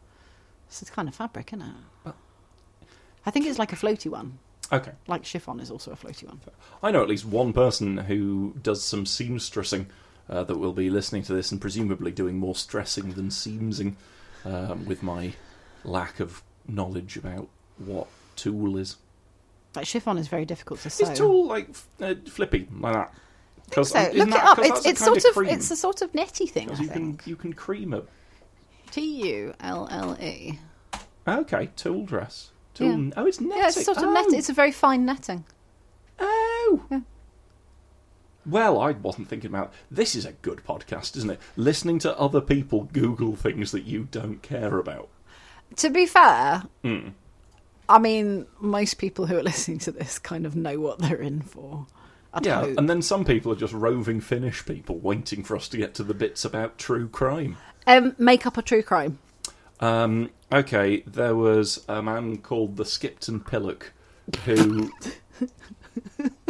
It's this kind of fabric, isn't it?
Well-
I think it's like a floaty one.
Okay.
Like chiffon is also a floaty one.
I know at least one person who does some seamstressing uh, that will be listening to this and presumably doing more stressing than seamsing um, with my lack of knowledge about what tool is.
But chiffon is very difficult to sew.
Is tool like f- uh, flippy like that? Because
So, look it up. It's, it's sort of it's a sort of netty thing. I
you can
think.
you can cream it.
T U L L E.
Okay, tool dress. Tool.
Yeah.
Oh, it's netting.
Yeah, it's sort of
oh.
net. It's a very fine netting.
Oh.
Yeah.
Well, I wasn't thinking about. This is a good podcast, isn't it? Listening to other people Google things that you don't care about.
To be fair,
Hmm.
I mean, most people who are listening to this kind of know what they're in for. I'd
yeah,
hope.
and then some people are just roving Finnish people, waiting for us to get to the bits about true crime.
Um, make up a true crime.
Um, okay, there was a man called the Skipton Pillock who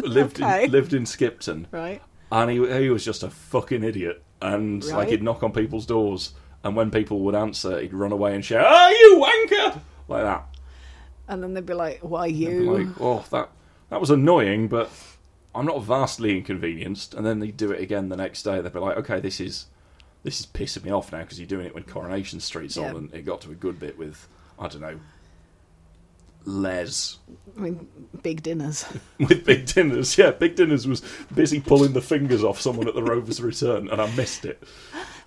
lived
Okay.
in, lived in Skipton,
Right.
and he he was just a fucking idiot, and like
Right.
he'd knock on people's doors, and when people would answer, he'd run away and shout, "Ah, you wanker!" like that.
And then they'd be like, why
They'd
you?
be Like, oh, that that was annoying, but I'm not vastly inconvenienced. And then they'd do it again the next day. They'd be like, okay, this is this is pissing me off now because you're doing it when Coronation Street's
Yeah.
on, and it got to a good bit with I don't know, Les
I mean, big dinners.
with Big Dinners. Yeah, Big Dinners was busy pulling the fingers off someone at the Rover's return, and I missed it.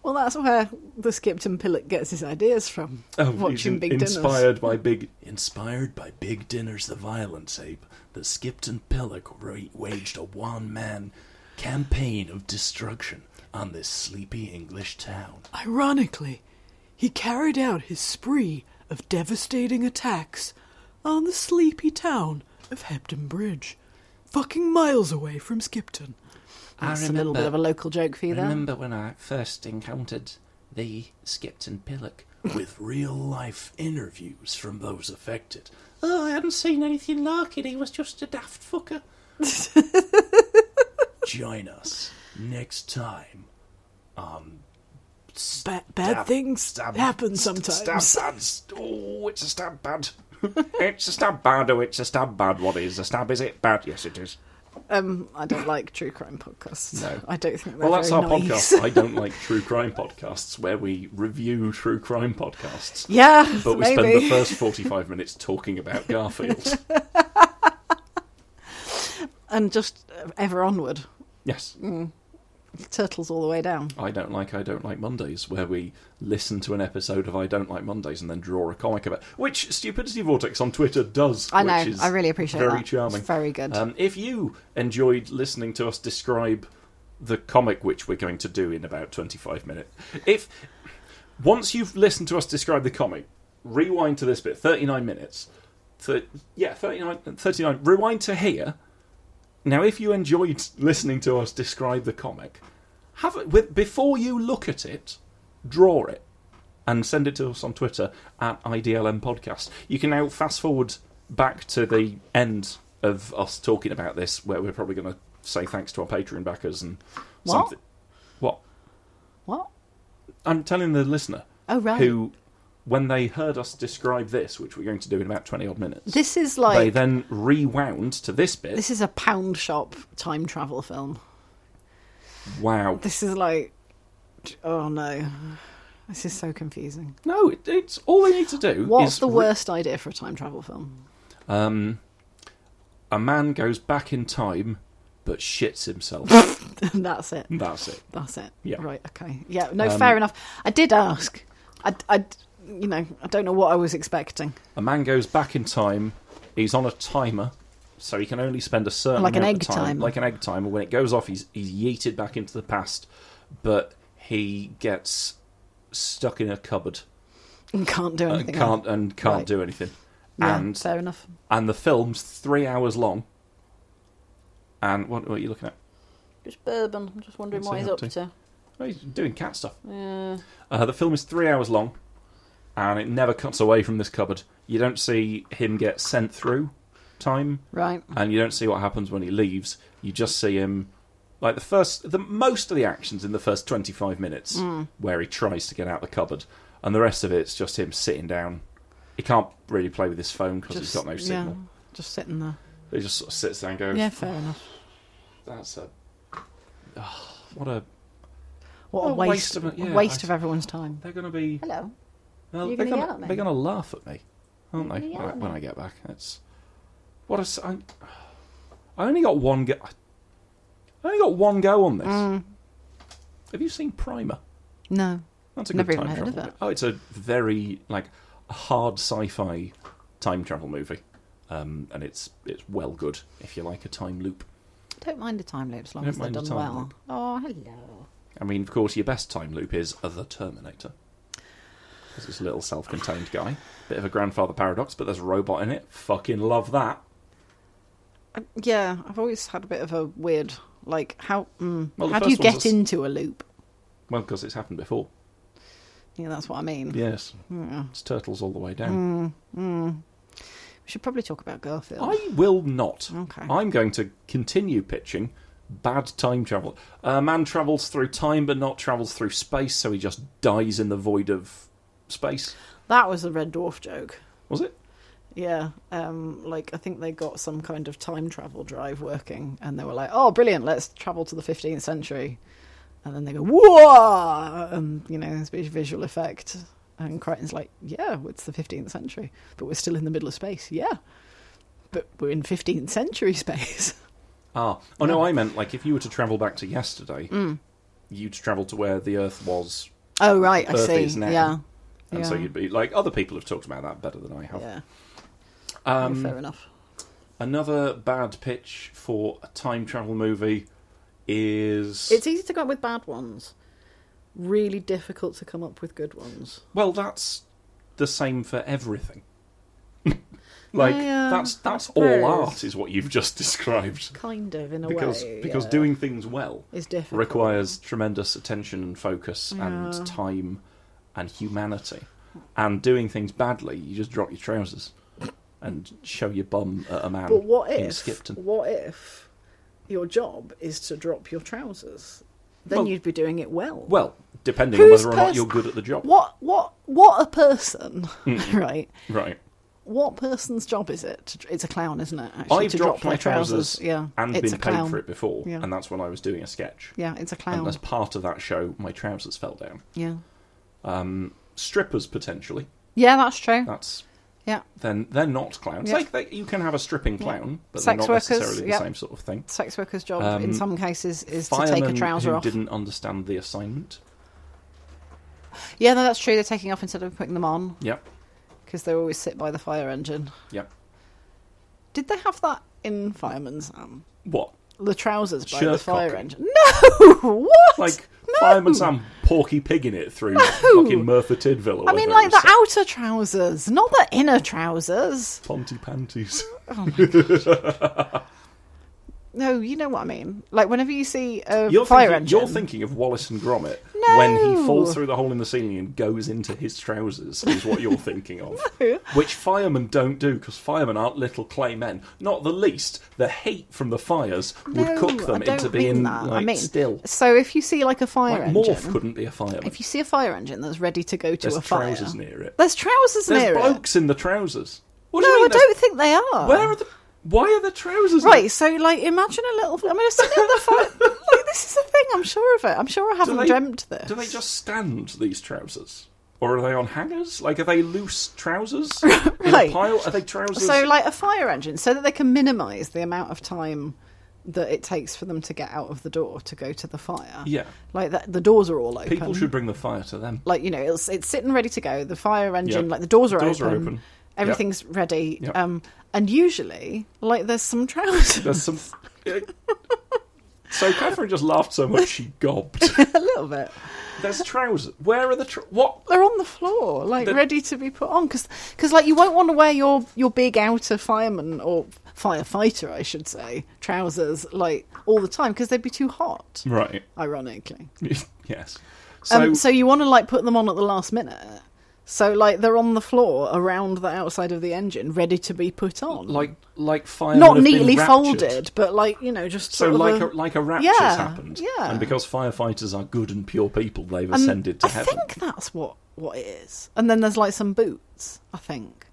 Well, that's where the Skipton Pillock gets his ideas from.
Oh, he's
watching
in-
Big Dinners.
inspired by big, inspired by Big Dinners, the violence ape. The Skipton Pillock ra- waged a one-man campaign of destruction on this sleepy English town.
Ironically, he carried out his spree of devastating attacks on the sleepy town of Hebden Bridge, fucking miles away from Skipton.
That's a little bit of a local joke for you there.
when I first encountered the Skipton Pillock with real-life interviews from those affected. Oh, I hadn't seen anything like it. He was just a daft fucker. Join us next time.
Ba- bad
Stab-
things
stab-
happen
st-
sometimes.
Stab bads. Oh, it's a stab bad. it's a stab bad. Oh, it's a stab bad. What is a stab? Is it bad? Yes, it is.
Um, I don't like true crime podcasts.
No.
I don't think they're
Well, that's
very
our
nice.
podcast. I don't like true crime podcasts where we review true crime podcasts.
yeah,
But we
maybe.
spend the first 45 minutes talking about Garfield.
and just uh, ever onward.
yes.
Turtles all the way down.
I don't like I don't like Mondays, where we listen to an episode of I don't like Mondays and then draw a comic about, which Stupidity Vortex on Twitter does.
I know.
Which is
I really appreciate
very
that.
charming,
It's very good.
Um, if you enjoyed listening to us describe the comic, which we're going to do in about twenty-five minutes, if once you've listened to us describe the comic, rewind to this bit, thirty-nine minutes. Thir- yeah, 39, 39. Rewind to here. Now, if you enjoyed listening to us describe the comic, have it with, before you look at it, draw it and send it to us on Twitter at IDLM Podcast. You can now fast forward back to the end of us talking about this, where we're probably going to say thanks to our Patreon backers and
What?
something. What?
What?
I'm telling the listener.
Oh, right.
Who, when they heard us describe this, which we're going to do in about 20 odd minutes,
This is
they
like
then rewound to this bit.
this is a pound shop time travel film.
wow.
This is like, oh no,
This is so confusing.
No, it, it's all they need to do.
What's
is
the
re-
worst idea for a time travel film?
Um, a man goes back in time, but shits himself.
That's it.
That's it.
That's it.
Yeah. Um,
Right. Okay. Yeah. No. fair enough. I did ask. I, I, you know, I don't know what I was expecting.
A man goes back in time. He's on a timer, so he can only spend a certain
Like an
amount
egg
of time,
timer.
like an egg timer. When it goes off, he's he's yeeted back into the past, but he gets stuck in a cupboard
And can't do
and
anything. else.
can't and can't
Right.
do anything.
Yeah,
and
fair enough.
and the film's three hours long. And what, what are you looking at?
Just bourbon. I'm just wondering
What's
what
he
he's
up
up
to?
to.
Oh, he's doing cat stuff.
Yeah.
Uh, the film is three hours long, and it never cuts away from this cupboard. You don't see him get sent through time,
Right.
and you don't see what happens when he leaves. You just see him, like the first, the most of the actions in the first twenty-five minutes,
Hmm.
where he tries to get out the cupboard, and the rest of it's just him sitting down. He can't really play with his phone because he's
Just-
got no signal.
Yeah, just sitting there.
He just sort of sits there and goes,
Yeah, fair enough.
"That's a ah, what a
What
Well,
a waste,
waste of
of,
it, yeah,
waste
I-
of everyone's time.
they're going to be."
Hello.
Well,
You're
they're
gonna
gonna,
yell at me.
they're gonna laugh at me, aren't they?
You're gonna yell
when I-
at
when
me.
I get back, it's what a s- I, I only got one go. I only got one go on this.
Mm.
Have you seen Primer?
No.
That's a
Never
good
even
time
heard of
travel.
it.
Oh, it's a very like hard sci-fi time travel movie, um, and it's it's well good if you like a time loop.
Don't mind the time loop as long
Don't
as they're
mind the
done
time
well.
loop.
Oh, hello.
I mean, of course, your best time loop is The Terminator. There's this little self contained guy. Bit of a grandfather paradox, but there's a robot in it. Fucking love that.
Uh, Yeah, I've always had a bit of a weird like how mm,
Well, the
how do
first
you
one's
get
a s-
into a loop?
Well, because it's happened before.
Yeah, that's what I mean.
Yes. It's turtles all the way down.
We should probably talk about Garfield.
I will not.
Okay.
I'm going to continue pitching bad time travel. A man travels through time but not travels through space, so he just dies in the void of space.
That was a Red Dwarf joke.
Was it?
Yeah, um, like I think they got some kind of time travel drive working, and they were like, "Oh, brilliant! Let's travel to the 15th century," and then they go, "Whoa!" and you know, there's a bit of visual effect, and Crichton's like, "Yeah, it's the 15th century, but we're still in the middle of space." Yeah, but we're in 15th century space.
Ah. Oh, no, I meant like if you were to travel back to yesterday, you'd travel to where the Earth was
oh, right, I
Earth
see.
is now.
Yeah,
And so
Yeah.
you'd be like, other people have talked about that better than I have.
yeah,
Um,
fair enough.
Another bad pitch for a time travel movie is
It's easy to come up with bad ones. Really difficult to come up with good ones.
well, that's the same for everything. like
Yeah,
that's that's
I
all
suppose.
art is what you've just described.
Kind of in a
Because
way.
because
yeah,
doing things well
is difficult.
requires tremendous attention and focus and time and humanity. And doing things badly, you just drop your trousers and show your bum at a man
But what
in
if?
Skipton.
What if your job is to drop your trousers? Then
Well-
you'd be doing it well.
Well, depending on
Who's
whether or not
pers-
you're good at the job. Mm.
what what what a person, right?
Right.
What person's job is it? to- It's a clown, isn't it? Actually,
I've
to
dropped
drop
my trousers,
Yeah,
and
it's
been
a clown.
paid for it before,
Yeah.
and that's when I was doing a sketch.
Yeah, it's a
And
clown.
as part of that show, my trousers fell down.
Yeah,
Strippers potentially.
yeah, that's true.
That's
yeah,
then they're not clowns.
Yeah.
Like they, you can have a stripping clown, but
Sex
they're not
workers,
necessarily the
yeah.
same sort of thing.
sex worker's job
Um,
in some cases is to
Firemen
take a trouser
who
off.
didn't understand the assignment.
Yeah, no, that's true. They're taking off instead of putting them on
Yep.
because they always sit by the fire engine.
Yep.
Did they have that in Fireman's Am?
What?
The trousers by
Shirt
the fire
cocking.
engine. No, what?
Like
no.
Fireman Sam Porky Pig in it through fucking Murphy Tidville or
I mean,
whatever
like
it
the
was.
outer trousers, not the inner trousers.
Ponty panties.
No, you know what I mean. Like whenever you see a
You're
fire
thinking,
engine,
you're thinking of Wallace and Gromit
No.
when he falls through the hole in the ceiling and goes into his trousers, is what you're thinking of. Which firemen don't do because firemen aren't little clay men. Not the least, the heat from the fires would
No,
cook them
I don't
into
mean
being
that.
like
I mean,
still.
So if you see like a fire
Like
engine,
Morph couldn't be a fireman.
if you see a fire engine that's ready to go to
There's
a fire,
trousers near it.
there's trousers
There's
near
blokes in the trousers. What
it.
do you
No, I
mean there's-
don't think they are.
Where are the? Why are the trousers?
Right, so like imagine a little. I mean, I'm sitting at the fire. like, this This is the thing. I'm sure of it. I'm sure I haven't
they-
dreamt this.
Do they just stand these trousers, or are they on hangers? Like, are they loose trousers in a
Right.
pile? Are they trousers?
So, like a fire engine, so that they can minimise the amount of time that it takes for them to get out of the door to go to the fire.
Yeah.
like that, the doors are all open.
People should bring the fire to them.
like you know, it's it's sitting ready to go. The fire engine,
Yeah.
like the doors are
Doors are
open.
open.
Everything's ready.
Yeah.
Um, and usually, like there's some trousers
There's some. so Catherine just laughed so much she gobbled.
a little bit.
There's trousers. Where are the tr- what?
They're on the floor, like
The-
ready to be put on, because like you won't want to wear your your big outer fireman or firefighter, I should say, trousers like all the time because they'd be too hot.
Right.
Ironically.
yes. So,
Um, so you want to like put them on at the last minute. So like they're on the floor around the outside of the engine, ready to be put on.
like like fire.
not neatly folded, but like you know, just
So
sort of
like
a-
a, like a rapture's
Yeah,
happened,
yeah.
and because firefighters are good and pure people, they've
Um,
ascended to
I
heaven.
think that's what what it is. And then there's like some boots. I think.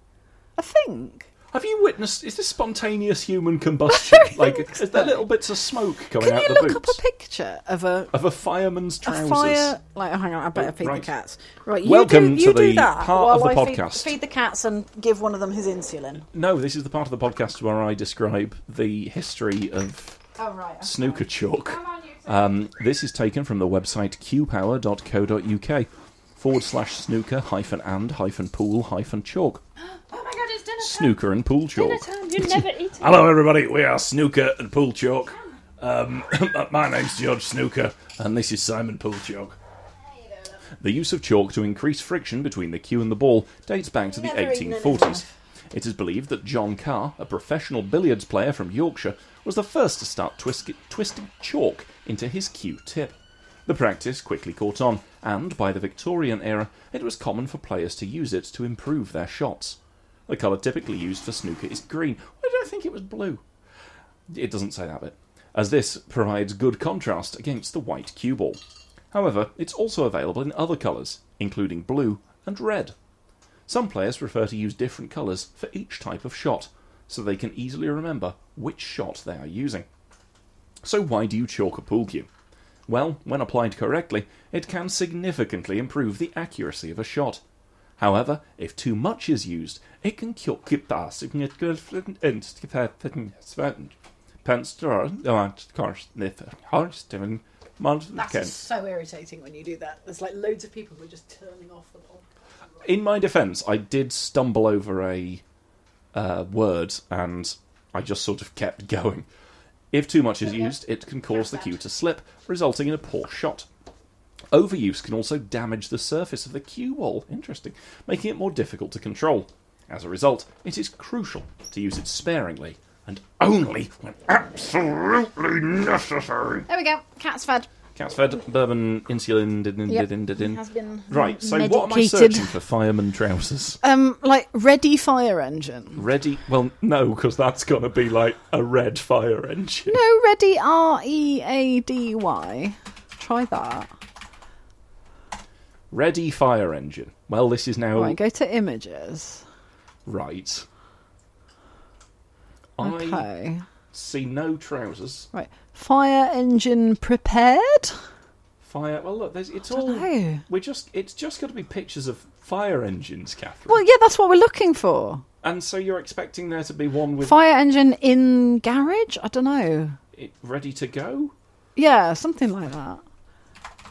I think.
Have you witnessed? Is this spontaneous human combustion? like, is there little bits of smoke coming
Can
out
you
the
look
boots
up a picture of a,
of a fireman's trousers?
a fire? Like, oh, hang on, I better
Oh,
feed
right.
the cats. Right, you
Welcome
do, you
to
do
the
that
part
while
of the
I feed-
podcast.
Feed, the cats and give one of them his insulin.
No, this is the part of the podcast where I describe the history of
Oh right.
snooker chalk. Um, this is taken from the website qpower.co.uk forward slash snooker hyphen and hyphen pool hyphen chalk.
Oh my god, it's dinner time!
Snooker and pool
Dinner
chalk.
time! You never eat it.
Hello, everybody. We are Snooker and Pool Chalk. Um, my name's George Snooker, and this is Simon Pool Chalk. The use of chalk to increase friction between the cue and the ball dates back to the 1840s. It is believed that John Carr, a professional billiards player from Yorkshire, was the first to start twist- twisting chalk into his cue tip. The practice quickly caught on, and by the Victorian era, it was common for players to use it to improve their shots. The colour typically used for snooker is green. Why did I think it was blue? It doesn't say that bit, as this provides good contrast against the white cue ball. However, it's also available in other colours, including blue and red. Some players prefer to use different colours for each type of shot, so they can easily remember which shot they are using. So, why do you chalk a pool cue? Well, when applied correctly, it can significantly improve the accuracy of a shot. However, if too much is used, it can kill
so irritating when you do that. There's like loads of people who are just turning off the podcast.
In my defence, I did stumble over a uh, word, and I just sort of kept going. If too much is used, it can cause the cue to slip, resulting in a poor shot. Overuse can also damage the surface of the cue ball, interesting, making it more difficult to control. As a result, it is crucial to use it sparingly and only when absolutely necessary.
There we go. Cat's fed.
Cat's fed, bourbon, insulin, din, din,
Yep.
din, din, din.
Has been
Right, so what am I
medicated.
searching for? Fireman trousers.
Um, like ready fire engine.
Ready? Well, no, because that's going to be like a red fire engine.
No, ready R E A D Y. Try that.
Ready fire engine. Well, this is now
Right, go to images.
right. I
Okay.
see no trousers.
Right, fire engine prepared.
Fire. Well, look, there's, it's all.
know.
We're just. It's just got to be pictures of fire engines, Catherine.
Well, yeah, that's what we're looking for.
And so you're expecting there to be one with
Fire engine in garage. I don't know.
it ready to go?
Yeah, something like that.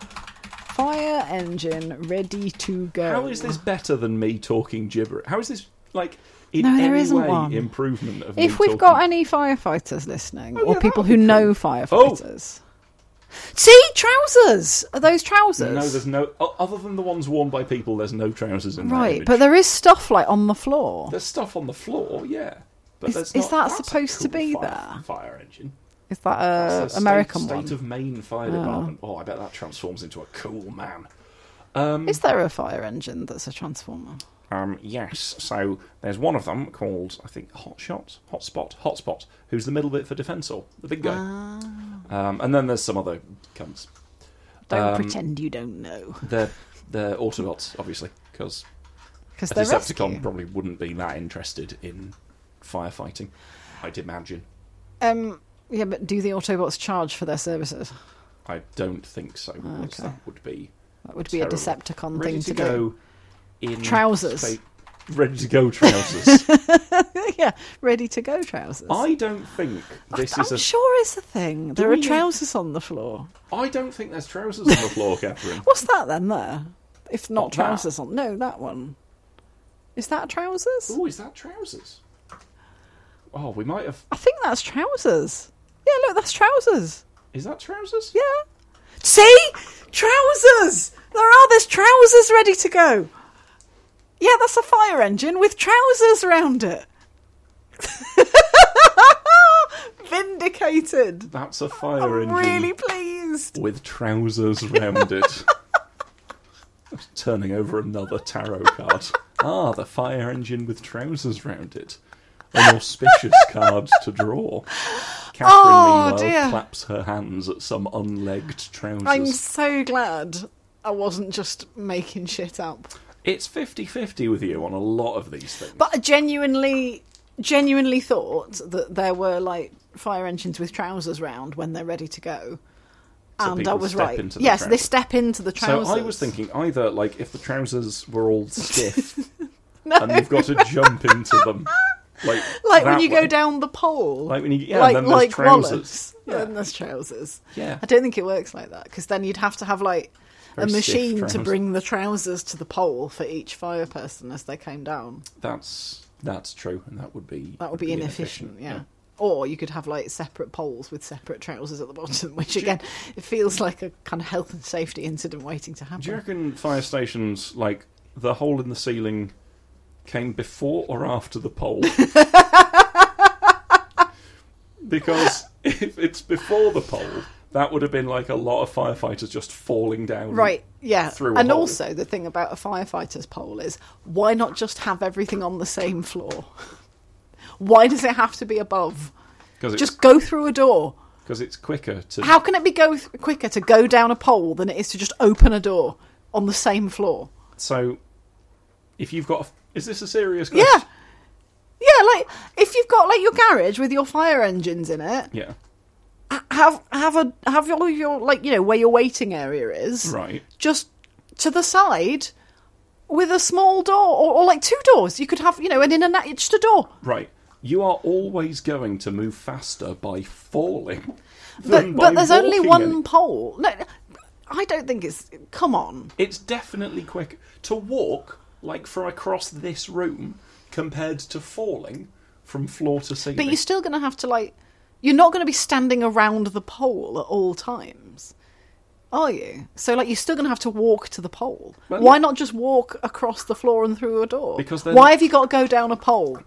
Fire engine ready to go.
How is this better than me talking gibberish? How is this like in
No, there
any
isn't
way
one.
improvement of me
If we've
talking- Oh,
got any firefighters listening,
yeah,
or
that
people
would
who
be cool.
know firefighters, see trousers. Are those trousers?
No, there's no. o- Other than the ones worn by people, there's no trousers in that
right,
image.
but there is stuff like on the floor.
there's stuff on the floor. Yeah, but
Is-
there's
is
not-
that
that's a
supposed to
cool
be
fire,
there?
Fire engine.
Is that a
That's a
American
state,
one? Ah.
State of Maine Fire Department. Oh, I bet that transforms into a cool man.
Is there a fire engine that's a transformer?
Um, yes. So there's one of them called I think Hot Shot, Hot Spot, Hot Spot. Who's the middle bit for Defensor, the big guy.
Uh, Ah.
Um, and then there's some other cunts.
Don't
Um,
pretend you don't know,
They're they're Autobots, obviously, because
because
a
they're
Decepticon
rescue.
probably wouldn't be that interested in firefighting. I'd imagine.
Um, yeah, but do the Autobots charge for their services?
I don't think so. because
Ah, okay.
That would be
That would be a
terrible.
Decepticon
ready
thing to, do.
go in
Trousers.
spa- ready to go trousers.
yeah, ready to go trousers.
I don't think this
I'm
is a.
sure it's a thing. There are
we-
trousers on the floor.
I don't think there's trousers on the floor, Catherine.
What's that then there? If not
What, that?
trousers on. No, that one. Is that trousers?
Oh, is that trousers? Oh, we might have.
I think that's trousers. Yeah, look, that's trousers.
Is that trousers?
Yeah. See? Trousers! There are, there's trousers ready to go. Yeah, that's a fire engine with trousers round it. Vindicated.
That's a fire
I'm
engine
really pleased.
with trousers round it. Turning over another tarot card. Ah, the fire engine with trousers round it. An auspicious card to draw. Catherine,
Oh,
meanwhile,
dear.
claps her hands at some unlegged trousers.
I'm so glad I wasn't just making shit up.
It's 50 50 with you on a lot of these things.
But I genuinely, genuinely thought that there were like fire engines with trousers round when they're ready to go.
So
and I
people
Um, was
step
right.
into the
yes, they
trousers.
step into the
So
trousers.
I was thinking either like if the trousers were all stiff and you've got to jump into them, like
like when
that
you
way.
go down the pole,
like when you yeah,
like
and then there's
like
trousers.
Wallace,
Yeah.
then there's trousers.
Yeah.
I don't think it works like that because then you'd have to have like
Very
a
stiff
machine to
trousers.
bring the trousers to the pole for each fire person as they came down.
That's that's true, and that would be
That would be inefficient, yeah. Or you could have like separate poles with separate trousers at the bottom, which again, it feels like a kind of health and safety incident waiting to happen.
Do you reckon fire stations like the hole in the ceiling came before or after the pole? because if it's before the pole, that would have been like a lot of firefighters just falling down.
Right, yeah.
Through a
and
hole.
also, the thing about a firefighter's pole is why not just have everything on the same floor? why does it have to be above?
Because it's,
Just go through a door.
'cause it's quicker to
How can it be go th- quicker to go down a pole than it is to just open a door on the same floor?
So, if you've got, a, is this a serious question?
Yeah. Yeah, like if you've got like your garage with your fire engines in it,
Yeah.
have have a have all your like you know where your waiting area is
Right.
just to the side with a small door or, or like two doors you could have you know an in and out just a door
Right. You are always going to move faster by falling. than
but but
by
there's only
walking
one
any-
pole no i don't think it's come on
It's definitely quick to walk like from across this room compared to falling from floor to ceiling.
but you're still going to have to like you're not going to be standing around the pole at all times are you so like you're still going to have to walk to the pole
Well,
why
yeah.
not just walk across the floor and through a door
Because then-
why have you got to go down a pole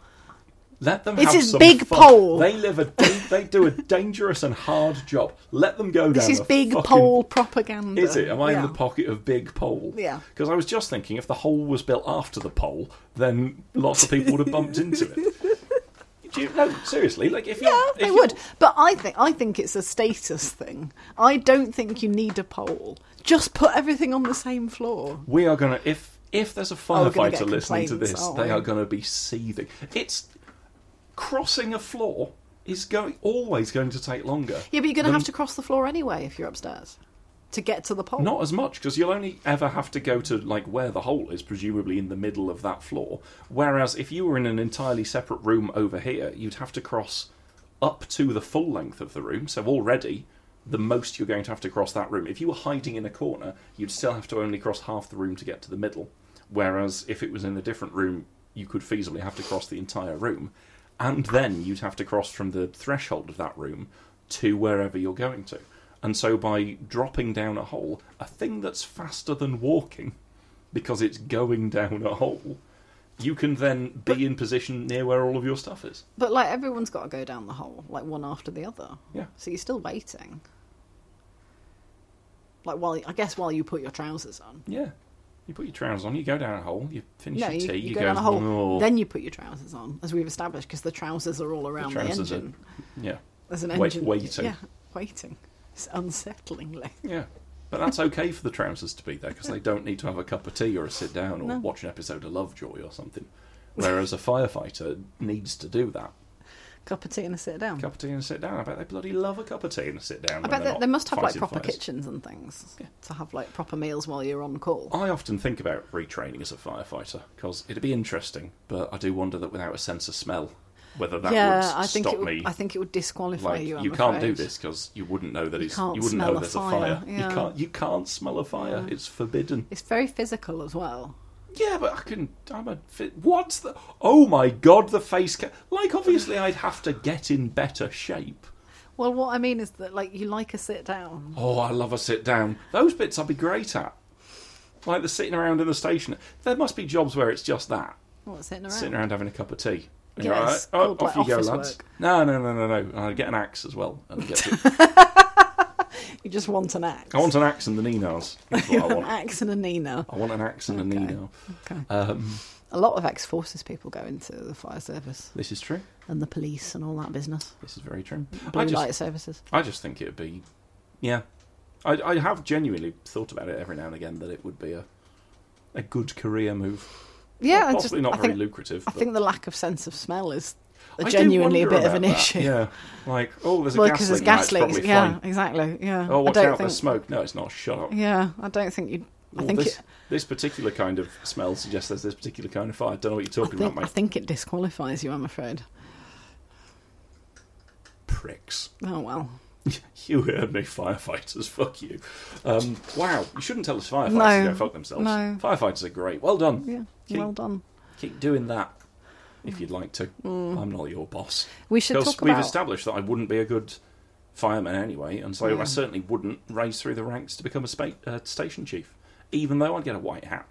Let them
It's
have
his
some
big
fun.
pole.
They live a dan- they do a dangerous and hard job. Let them go
this
down.
is
a
big
fucking
pole propaganda
Is it? Am I in
Yeah.
the pocket of big pole?
Yeah.
Because I was just thinking, if the hole was built after the pole, then lots of people would have bumped into it. Do you, no, seriously. Like if
Yeah,
you, if
they
you-
would. But I think I think it's a status thing. I don't think you need a poll. Just put everything on the same floor.
we are gonna if if there's a
Oh, we're gonna
firefighter
get
listening to
complaints, Oh,
this,
aren't
they
we?
are gonna be seething. It's crossing a floor is going always going to take longer.
Yeah, but you're going to
than-
have to cross the floor anyway if you're upstairs to get to the pole.
Not as much because you'll only ever have to go to like where the hole is, presumably in the middle of that floor. Whereas if you were in an entirely separate room over here, you'd have to cross up to the full length of the room. So already, the most you're going to have to cross that room. If you were hiding in a corner, you'd still have to only cross half the room to get to the middle. Whereas if it was in a different room, you could feasibly have to cross the entire room, and then you'd have to cross from the threshold of that room to wherever you're going to. And so by dropping down a hole, a thing that's faster than walking, because it's going down a hole, you can then be in position near where all of your stuff is.
But like everyone's got to go down the hole, like one after the other.
Yeah.
So you're still waiting. Like while I guess while you put your trousers on.
Yeah. You put your trousers on, you go down a hole, you finish
No,
your
you,
tea,
you go down a hole,
"Oh."
then you put your trousers on, as we've established, because the trousers are all around the,
trousers are-
engine.
yeah.
There's an
Wait-
engine
waiting.
Yeah, waiting. It's unsettlingly.
Yeah. But that's okay for the trousers to be there because they don't need to have a cup of tea or a sit down or watch an episode of Lovejoy or something. Whereas a firefighter needs to do that
Cup of tea and a sit down.
Cup of tea and sit down. I bet they bloody love a cup of tea and a sit down.
I
when
bet
they're
that
not
they must have like
fighting
proper
fires.
kitchens and things to have like proper meals while you're on call.
I often think about retraining as a firefighter because it'd be interesting, but I do wonder that without a sense of smell, whether that
yeah,
would
I think
stop
it would,
me.
I think it would disqualify
like
you.
you,
I'm
can't do
afraid.
this because you wouldn't know that it's
can't
you wouldn't
smell
know
a
there's
fire,
a fire.
yeah.
You can't you can't smell a fire.
Yeah.
It's forbidden.
It's very physical as well.
Yeah, but I can. I'm a. Fit, what's the? Oh my god, the face. Ca- like obviously, I'd have to get in better shape.
Well, what I mean is that like you like a sit down.
Oh, I love a sit down. Those bits I'd be great at. Like the sitting around in the station. There must be jobs where it's just that.
What sitting around?
Sitting around having a cup of tea. And
Yeah,
you're like,
it's
"Oh,
called, like, office work.
No, no, no, no, no. And I'd get an axe as well. And get it.
You just want an axe.
I want an axe and the Ninas. That's
You
what I
want an
want.
axe and a Nina.
I want an axe and a
Okay.
Nino.
Okay.
Um,
A lot of ex forces people go into the fire service
this is true.
and the police and all that business.
This is very true.
Blue
I just,
light services.
I just think it would be, yeah. I, I have genuinely thought about it every now and again that it would be a a good career move.
Yeah, I just,
possibly not
I
very
think,
lucrative.
I
but-
think the lack of sense of smell is
I do
genuinely a
wonder
bit of an
about that.
issue.
Yeah, like oh, there's a
Well,
gas
because
leak.
there's gas
no, it's
leaks.
probably
Yeah,
fine.
exactly. Yeah.
Oh,
I
watch
don't
out!
think.
There's smoke. No, it's not. Shut up.
Yeah, I don't think you. I
Oh,
think
this,
it,
this particular kind of smell suggests there's this particular kind of fire. Don't know what you're
I
talking
think,
about,
I
mate.
think it disqualifies you. I'm afraid.
Pricks.
Oh well.
You heard me, firefighters. Fuck you. Um, wow, you shouldn't tell us firefighters
No.
to go fuck themselves.
No.
Firefighters are great. Well done.
Yeah.
Keep-
Well done.
Keep doing that if you'd like to. I'm not your boss.
We should
Because
Mm. talk
we've
about.
established that I wouldn't be a good fireman anyway, and so I certainly wouldn't raise through the ranks to become a spa- uh, station chief, even though I'd get a white hat.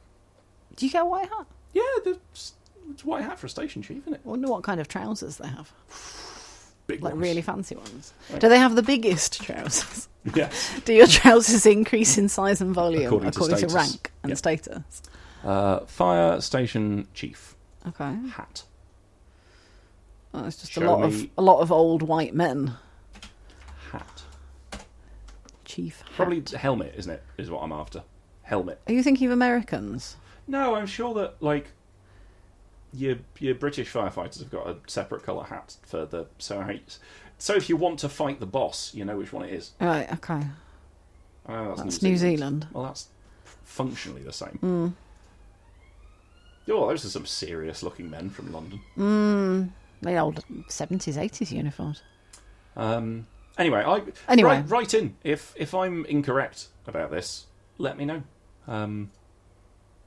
Do you get a white hat?
Yeah, the, it's a white hat for a station chief, isn't it?
I wonder what kind of trousers they have.
Big
Like
ones.
really fancy ones.
Right.
Do they have the biggest trousers?
Yes.
Do your trousers increase in size and volume according,
According to
to,
status.
rank and
Yep.
status?
Uh, fire station chief
Okay.
hat.
Well, it's just a
Show
lot of
me-
a lot of old white men.
Hat.
Chief. Hat.
Probably helmet, isn't it? Is what I'm after. Helmet.
Are you thinking of Americans?
No, I'm sure that like your your British firefighters have got a separate colour hat for the so I- so if you want to fight the boss, you know which one it is.
Right. Okay.
Oh, that's,
That's
New,
New
Zealand.
Zealand. Mm.
Well, that's functionally the same. Oh, those are some serious looking men from London.
The old seventies, eighties uniforms.
Um, anyway, I
Anyway.
write, write in if if I'm incorrect about this. Let me know. Um,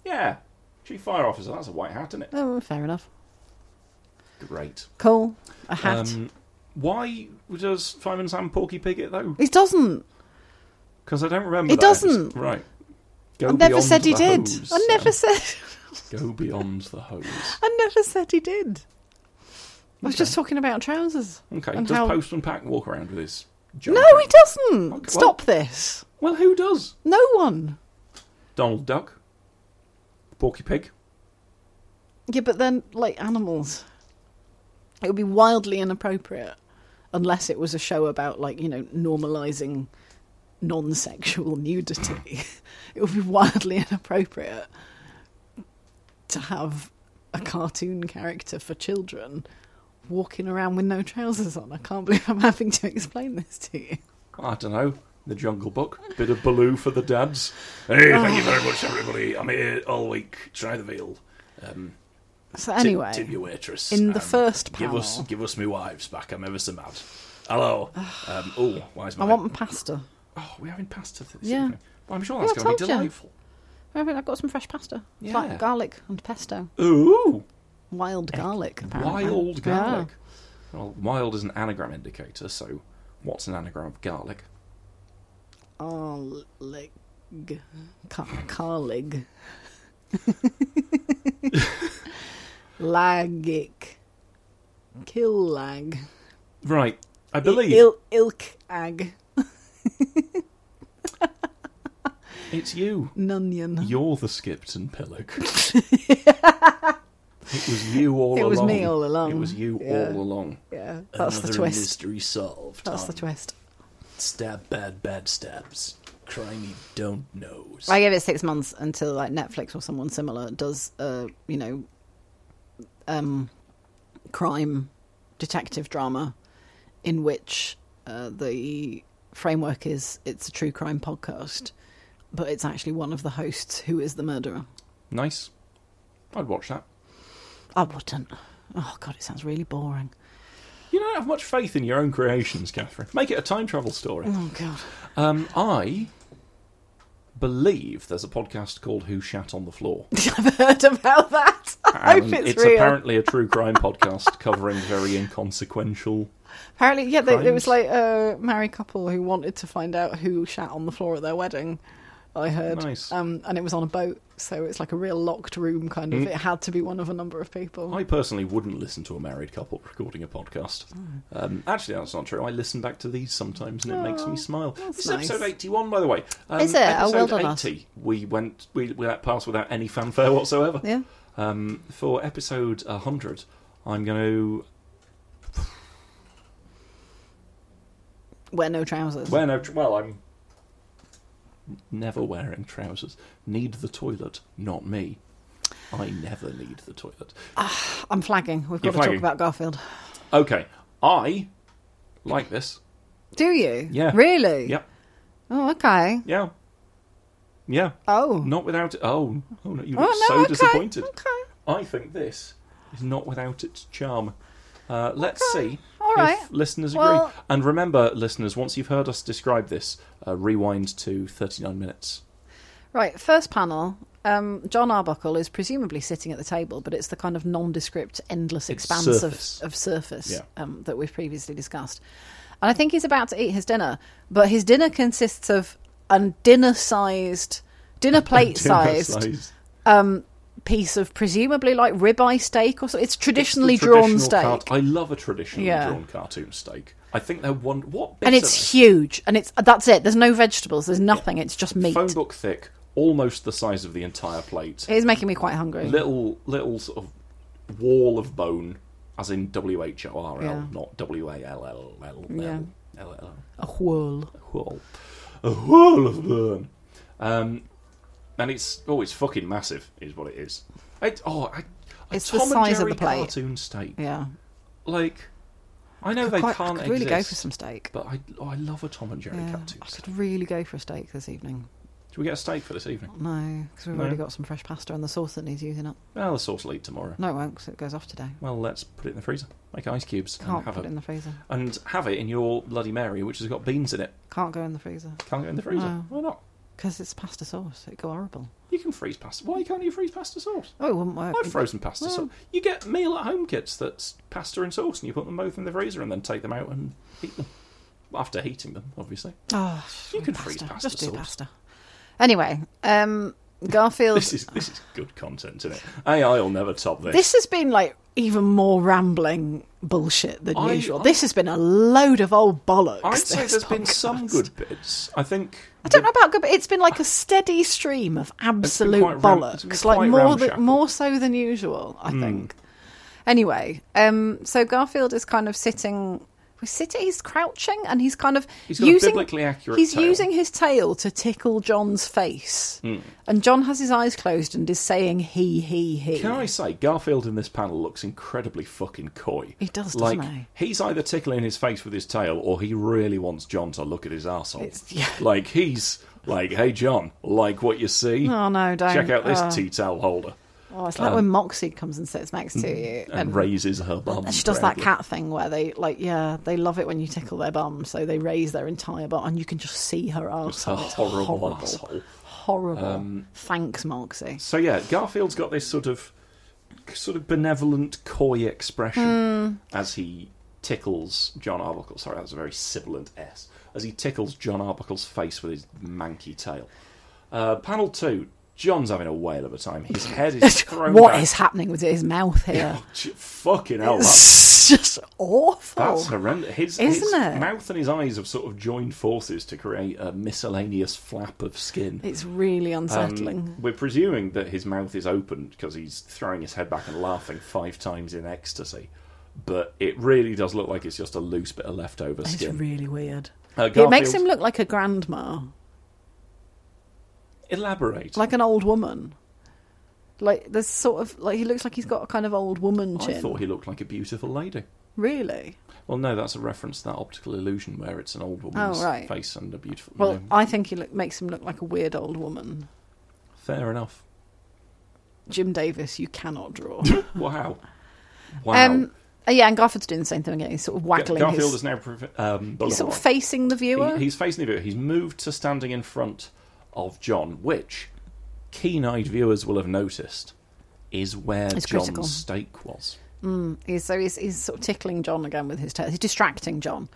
yeah, chief fire officer. That's a white hat, isn't it?
Oh, fair enough.
Great.
Cool. A hat.
Um, why does Fireman Sam Porky pig it though?
it doesn't.
Because I don't remember.
It
that.
doesn't.
Right. Go
I never
beyond
said he
the
did.
hose,
I never
Sam.
said.
Go beyond the hose.
I never said he did. I was just talking about trousers.
Okay.
And
does
how-
Post and Pack walk around with his? jumper?
No, he doesn't.
Okay, well-
Stop this.
Well, who does?
No one.
Donald Duck. Porky Pig.
Yeah, but then like animals, it would be wildly inappropriate unless it was a show about like you know normalizing non-sexual nudity. it would be wildly inappropriate to have a cartoon character for children walking around with no trousers on. I can't believe I'm having to explain this to you.
I don't know. The Jungle Book. Bit of Baloo for the dads.
Hey, thank you very much, everybody. I'm here all week. Try the veal. Um,
So
tip-
anyway,
tip, your waitress.
in the
Um,
first
give us,
panel-
give us me wives back. I'm ever so mad. Hello. um, oh, why is
I
my?
want my pasta.
Oh, we're having pasta for this
Yeah.
evening. Well, I'm sure that's
Yeah, I
going to be
told you.
delightful.
I've got some fresh pasta. It's
Yeah.
like garlic and pesto.
Ooh,
Wild garlic, apparently.
wild
Yeah.
garlic. Well, wild is an anagram indicator, so what's an anagram of garlic?
Garlic. Ca- Garlic. Lagic. Kill lag.
Right, I believe
Il- ilk ag.
it's you.
Nunion.
You're the Skipton Pillock. it was you all along.
It was me all along.
It was you
Yeah.
all along.
Yeah, that's the
Another
twist.
mystery solved.
That's the
on
twist.
Stab bad, bad stabs. Crime you don't know.
I gave it six months until like Netflix or someone similar does, uh, you know, um, crime detective drama in which uh, the framework is it's a true crime podcast, but it's actually one of the hosts who is the murderer.
Nice. I'd watch that.
I wouldn't. Oh god, it sounds really boring.
You don't have much faith in your own creations, Catherine. Make it a time travel story.
Oh god.
Um, I believe there's a podcast called Who Shat on the Floor.
I've heard about that. I hope
And
it's, real.
apparently a true crime podcast covering very inconsequential.
Apparently, yeah, they, it
Crimes.
was like a married couple who wanted to find out who shat on the floor at their wedding. I heard,
Nice.
um, and it was on a boat, so it's like a real locked room kind
Mm.
of. It had to be one of a number of people.
I personally wouldn't listen to a married couple recording a podcast.
Hmm.
Um, actually, that's not true. I listen back to these sometimes, and it makes me smile. This is episode
nice.
eighty-one, by the way. Um,
Is it? Oh, well
Episode
done us.
eighty. We went we, we that passed without any fanfare whatsoever.
yeah,
Um, for episode hundred, I'm going to
wear no trousers.
wear no. tr- Well, I'm never wearing trousers. Need the toilet, not me. I never need the toilet.
I'm flagging. We've
You're
got to
flagging.
talk about Garfield.
Okay, I like this.
Do you?
Yeah.
Really?
Yep.
Oh, okay.
Yeah. Yeah.
Oh.
Not without it. Oh, oh no, you
Oh,
look
no,
so
okay,
disappointed.
Okay.
I think this is not without its charm. Uh, let's see
All right.
if listeners
Well-
agree. And remember, listeners, once you've heard us describe this, uh, rewind to 39 minutes.
Right, first panel. Um, John Arbuckle is presumably sitting at the table, but it's the kind of nondescript, endless
It's
expanse
surface.
Of, of surface
Yeah.
um, that we've previously discussed. And I think he's about to eat his dinner, but his dinner consists of a dinner sized, dinner plate sized
Size.
um, piece of presumably like ribeye steak or so. It's traditionally
It's the
drawn
traditional
steak.
cart- I love a traditionally
Yeah.
drawn cartoon steak. I think they're one. What bit
and
are they?
it's huge, and it's that's it. There's no vegetables. There's nothing. It's just meat.
phone book thick, almost the size of the entire plate.
It is making me quite hungry.
little little sort of wall of bone, as in W H O R
Yeah.
L, not W A L L L
Yeah.
L L L.
A whirl.
Wall, a wall of bone, um, and it's oh, it's fucking massive, is what it is. It, oh, I, a
It's the
Tom and
size of
Jerry
the plate.
cartoon steak.
Yeah.
Like, I know they
Quite-
can't
I could really go
exist,
for some steak.
But I, oh, I love a Tom and Jerry
Yeah,
cartoon.
I
Steak.
could really go for a steak this evening.
Should we get a steak for this evening?
No, because we've
No?
already got some fresh pasta and the sauce that needs using up.
Well, the sauce will eat tomorrow.
No, it won't, 'cause it goes off today.
Well, let's put it in the freezer. Make ice cubes
Can't
and have
put
a
it in the freezer.
and have it in your Bloody Mary, which has got beans in it.
Can't go in the freezer
Can't go in the freezer.
No.
Why not?
because it's pasta sauce. It'd go horrible.
You can freeze pasta. Why can't you freeze pasta sauce?
Oh, it wouldn't work.
I've frozen pasta
Well-
sauce. You get meal at home kits that's pasta and sauce, and you put them both in the freezer and then take them out and eat them. After heating them, obviously.
Oh,
You can freeze pasta
Just do
sauce.
pasta. Anyway, um, Garfield.
This is this is good content, isn't it? AI will never top this.
This has been like even more rambling bullshit than
I-
usual.
I-
this has been a load of old bollocks.
I'd say
this
there's been
podcast.
some good bits. I think.
I don't know about good, but it's been like a steady stream of absolute
quite ram- it's been
bollocks, like
quite
more than,
ramshackle. Hmm.
more so than usual, I think. Anyway, um, so Garfield is kind of sitting. We sit. He's crouching, and he's kind of
He's got a
using
biblically accurate
he's
tail.
using his tail to tickle John's face,
Hmm.
and John has his eyes closed and is saying he he he.
Can I say, Garfield in this panel looks incredibly fucking coy.
He does, doesn't
like,
he?
He's either tickling his face with his tail or he really wants John to look at his arsehole.
It's- yeah.
Like, he's like, hey, John, like what you see?
Oh, no, don't.
Check out this
Oh.
tea towel holder.
Oh, it's like
Um,
when Moxie comes and sits next to you,
And, raises her bum.
And she does that
proudly.
cat thing where they like, yeah, they love it when you tickle their bum, so they raise their entire bum, and you can just see her
It's a
arsehole. It's
horrible, Um,
horrible,
arsehole.
horrible. Thanks, Moxie.
So, yeah, Garfield's got this sort of sort of benevolent, coy expression
Hmm.
as he tickles John Arbuckle. Sorry, that was a very sibilant S. As he tickles John Arbuckle's face with his manky tail. Uh, panel two. John's having a whale of a time. His head is thrown
What
back.
is happening with his mouth here?
Ch- Fucking hell, that's,
It's just awful.
that's horrendous. His, his
Isn't it?
mouth and his eyes have sort of joined forces to create a miscellaneous flap of skin.
It's really
Um,
unsettling.
we're presuming that his mouth is opened because he's throwing his head back and laughing five times in ecstasy. But it really does look like it's just a loose bit of leftover
it's
skin.
really weird.
Uh,
It makes
Garfield-
him look like a grandma,
elaborate.
like an old woman.
Like there's sort of like he looks like he's got a kind of old woman chin.
I thought he looked like a beautiful lady.
Really?
Well, no, that's a reference to that optical illusion where it's an old woman's
Oh, right.
face and a beautiful.
Well,
no,
I think he look, makes him look like a weird old woman.
fair enough.
Jim Davis, you cannot draw.
Wow. Wow.
Um, uh, yeah, and Garfield's doing the same thing again. He's sort of waggling
Garfield
his.
is now. provi- Um, blah,
he's
blah,
sort of
blah.
facing the viewer.
He- he's facing the viewer. He's moved to standing in front of John, which keen-eyed viewers will have noticed is where
It's
John's
critical.
stake was.
He's, so he's, he's sort of tickling John again with his tail. He's distracting John.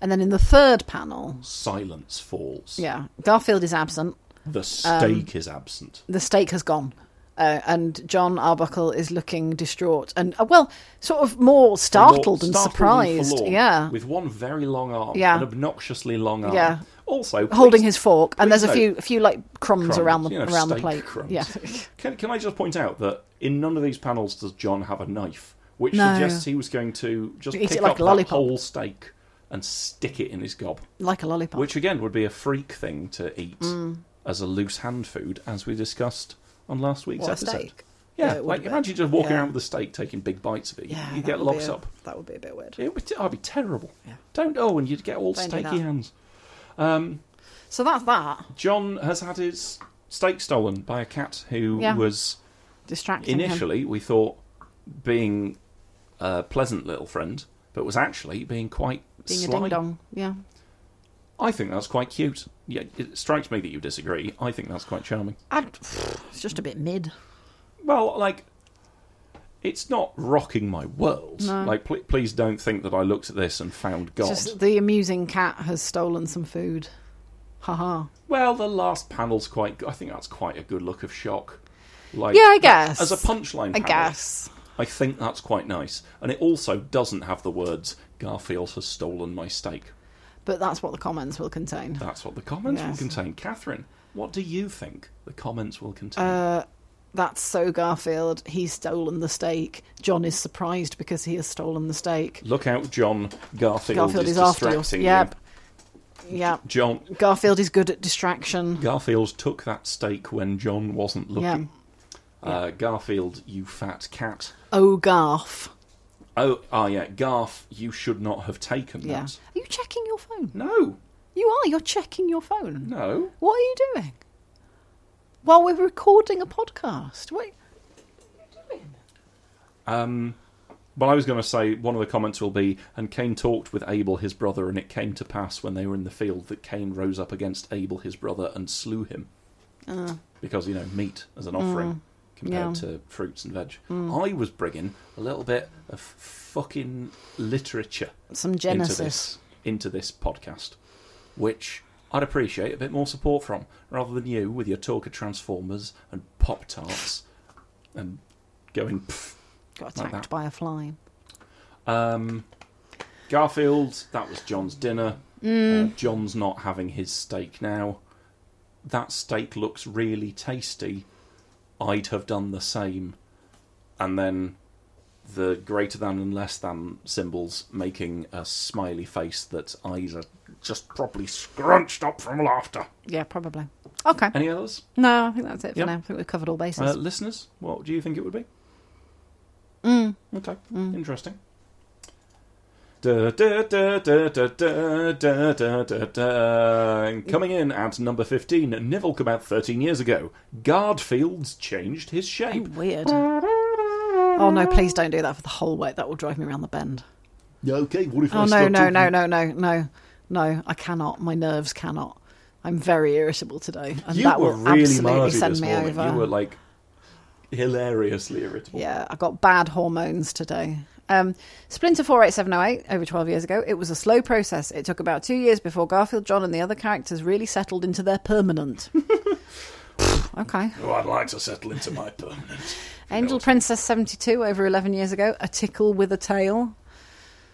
And then in the third panel,
Silence falls.
yeah, Um, Garfield is absent.
The stake is absent.
The stake has gone. Uh, and John Arbuckle is looking distraught and, uh, well, sort of more startled
Forlorn-
and surprised.
forlorn,
yeah.
With one very long arm.
Yeah.
An obnoxiously long arm.
Yeah.
Also,
Holding
please-
his fork, and
please
there's a
note-
few, a few like crumbs,
crumbs,
around the
you know,
around the
steak
plate.
crumbs.
Yeah,
Can, can I just point out that in none of these panels does John have a knife, which
No.
suggests he was going to just
Eat
pick
it like
up
a lollipop.
that whole steak and stick it in his gob,
like a lollipop.
which again would be a freak thing to eat
Mm.
as a loose hand food, as we discussed on last week's
What a
episode.
steak. Yeah,
Yeah,
it would
like
be.
imagine just walking
Yeah.
around with a steak, taking big bites of it. You-
yeah,
you
that
get
would be
locked
a-
up.
That would be a bit weird.
It would, oh, it'd be terrible.
Yeah.
Don't. Oh, and you'd get all
Don't do
steaky
that.
hands.
So that's that.
John has had his steak stolen by a cat who
Yeah.
was
Distracting him.
initially we thought being a pleasant little friend, but was actually being quite
being
sly.
a ding dong. Yeah.
I think that's quite cute. Yeah, it strikes me that you disagree. I think that's quite charming.
I'd, it's just a bit mid.
Well, like it's not rocking my world.
No.
Like, pl- please don't think that I looked at this and found God.
Just the amusing cat has stolen some food. Ha ha.
Well, the last panel's quite. I think that's quite a good look of shock. Like,
Yeah, I guess.
as a punchline.
I
panel,
guess.
I think that's quite nice, and it also doesn't have the words "Garfield has stolen my steak."
But that's what the comments will contain.
That's what the comments
Yes.
will contain. Catherine, what do you think the comments will contain?
Uh, That's so Garfield. He's stolen the steak. John is surprised because he has stolen the steak.
Look out, John. Garfield,
Garfield
is,
is after you.
distracting
Yep.
you.
Yep.
John
Garfield is good at distraction.
Garfield took that steak when John wasn't
Yeah.
looking. Uh, Garfield, you fat cat.
Oh, Garf.
Oh, ah, yeah, Garf, you should not have taken
Yeah.
that.
Are you checking your phone?
No,
You are. You're checking your phone.
no.
What are you doing? While we're recording a podcast. Wait.
Well, I was going to say one of the comments will be, and Cain talked with Abel his brother, and it came to pass when they were in the field that Cain rose up against Abel his brother and slew him. Because, you know, meat as an offering compared
Ah. Mm. yeah.
to
Mm.
fruits and veg. I was bringing a little bit of fucking literature
Some
into
Genesis.
this into this podcast, which I'd appreciate a bit more support from, rather than you with your talk of Transformers and Pop Tarts and going. Pff.
Got
Like
attacked
that.
by a fly.
Um, Garfield, that was John's dinner. Uh, John's not having his steak now. That steak looks really tasty. I'd have done the same. And then the greater than and less than symbols making a smiley face that eyes are just properly scrunched up from laughter.
Yeah, probably. Okay.
Any others?
No, I think that's it for
Yeah.
now. I think we've covered all bases.
Uh, listeners, what do you think it would be?
Mm.
Okay, interesting. Da, da, da, da, da, da, da, da, da, da. And Coming in at number 15, Nivel came out 13 years ago. Guardfields changed his shape.
Weird. Oh no, please don't do that for the whole way. That will drive me around the bend.
Okay, what if
Oh no, no, no, no, no, no, no. I cannot. My nerves cannot. I'm very irritable today, and
You
that
were
will
really
absolutely
mardy
send
this
me
morning.
over.
You were like hilariously irritable.
Yeah, I got bad hormones today. Um, Splinter 48708, over 12 years ago, it was a slow process. It took about two years before Garfield, John, and the other characters really settled into their permanent. Pfft, okay.
Oh, I'd like to settle into my permanent.
Angel Princess 72, over 11 years ago, a tickle with a tail.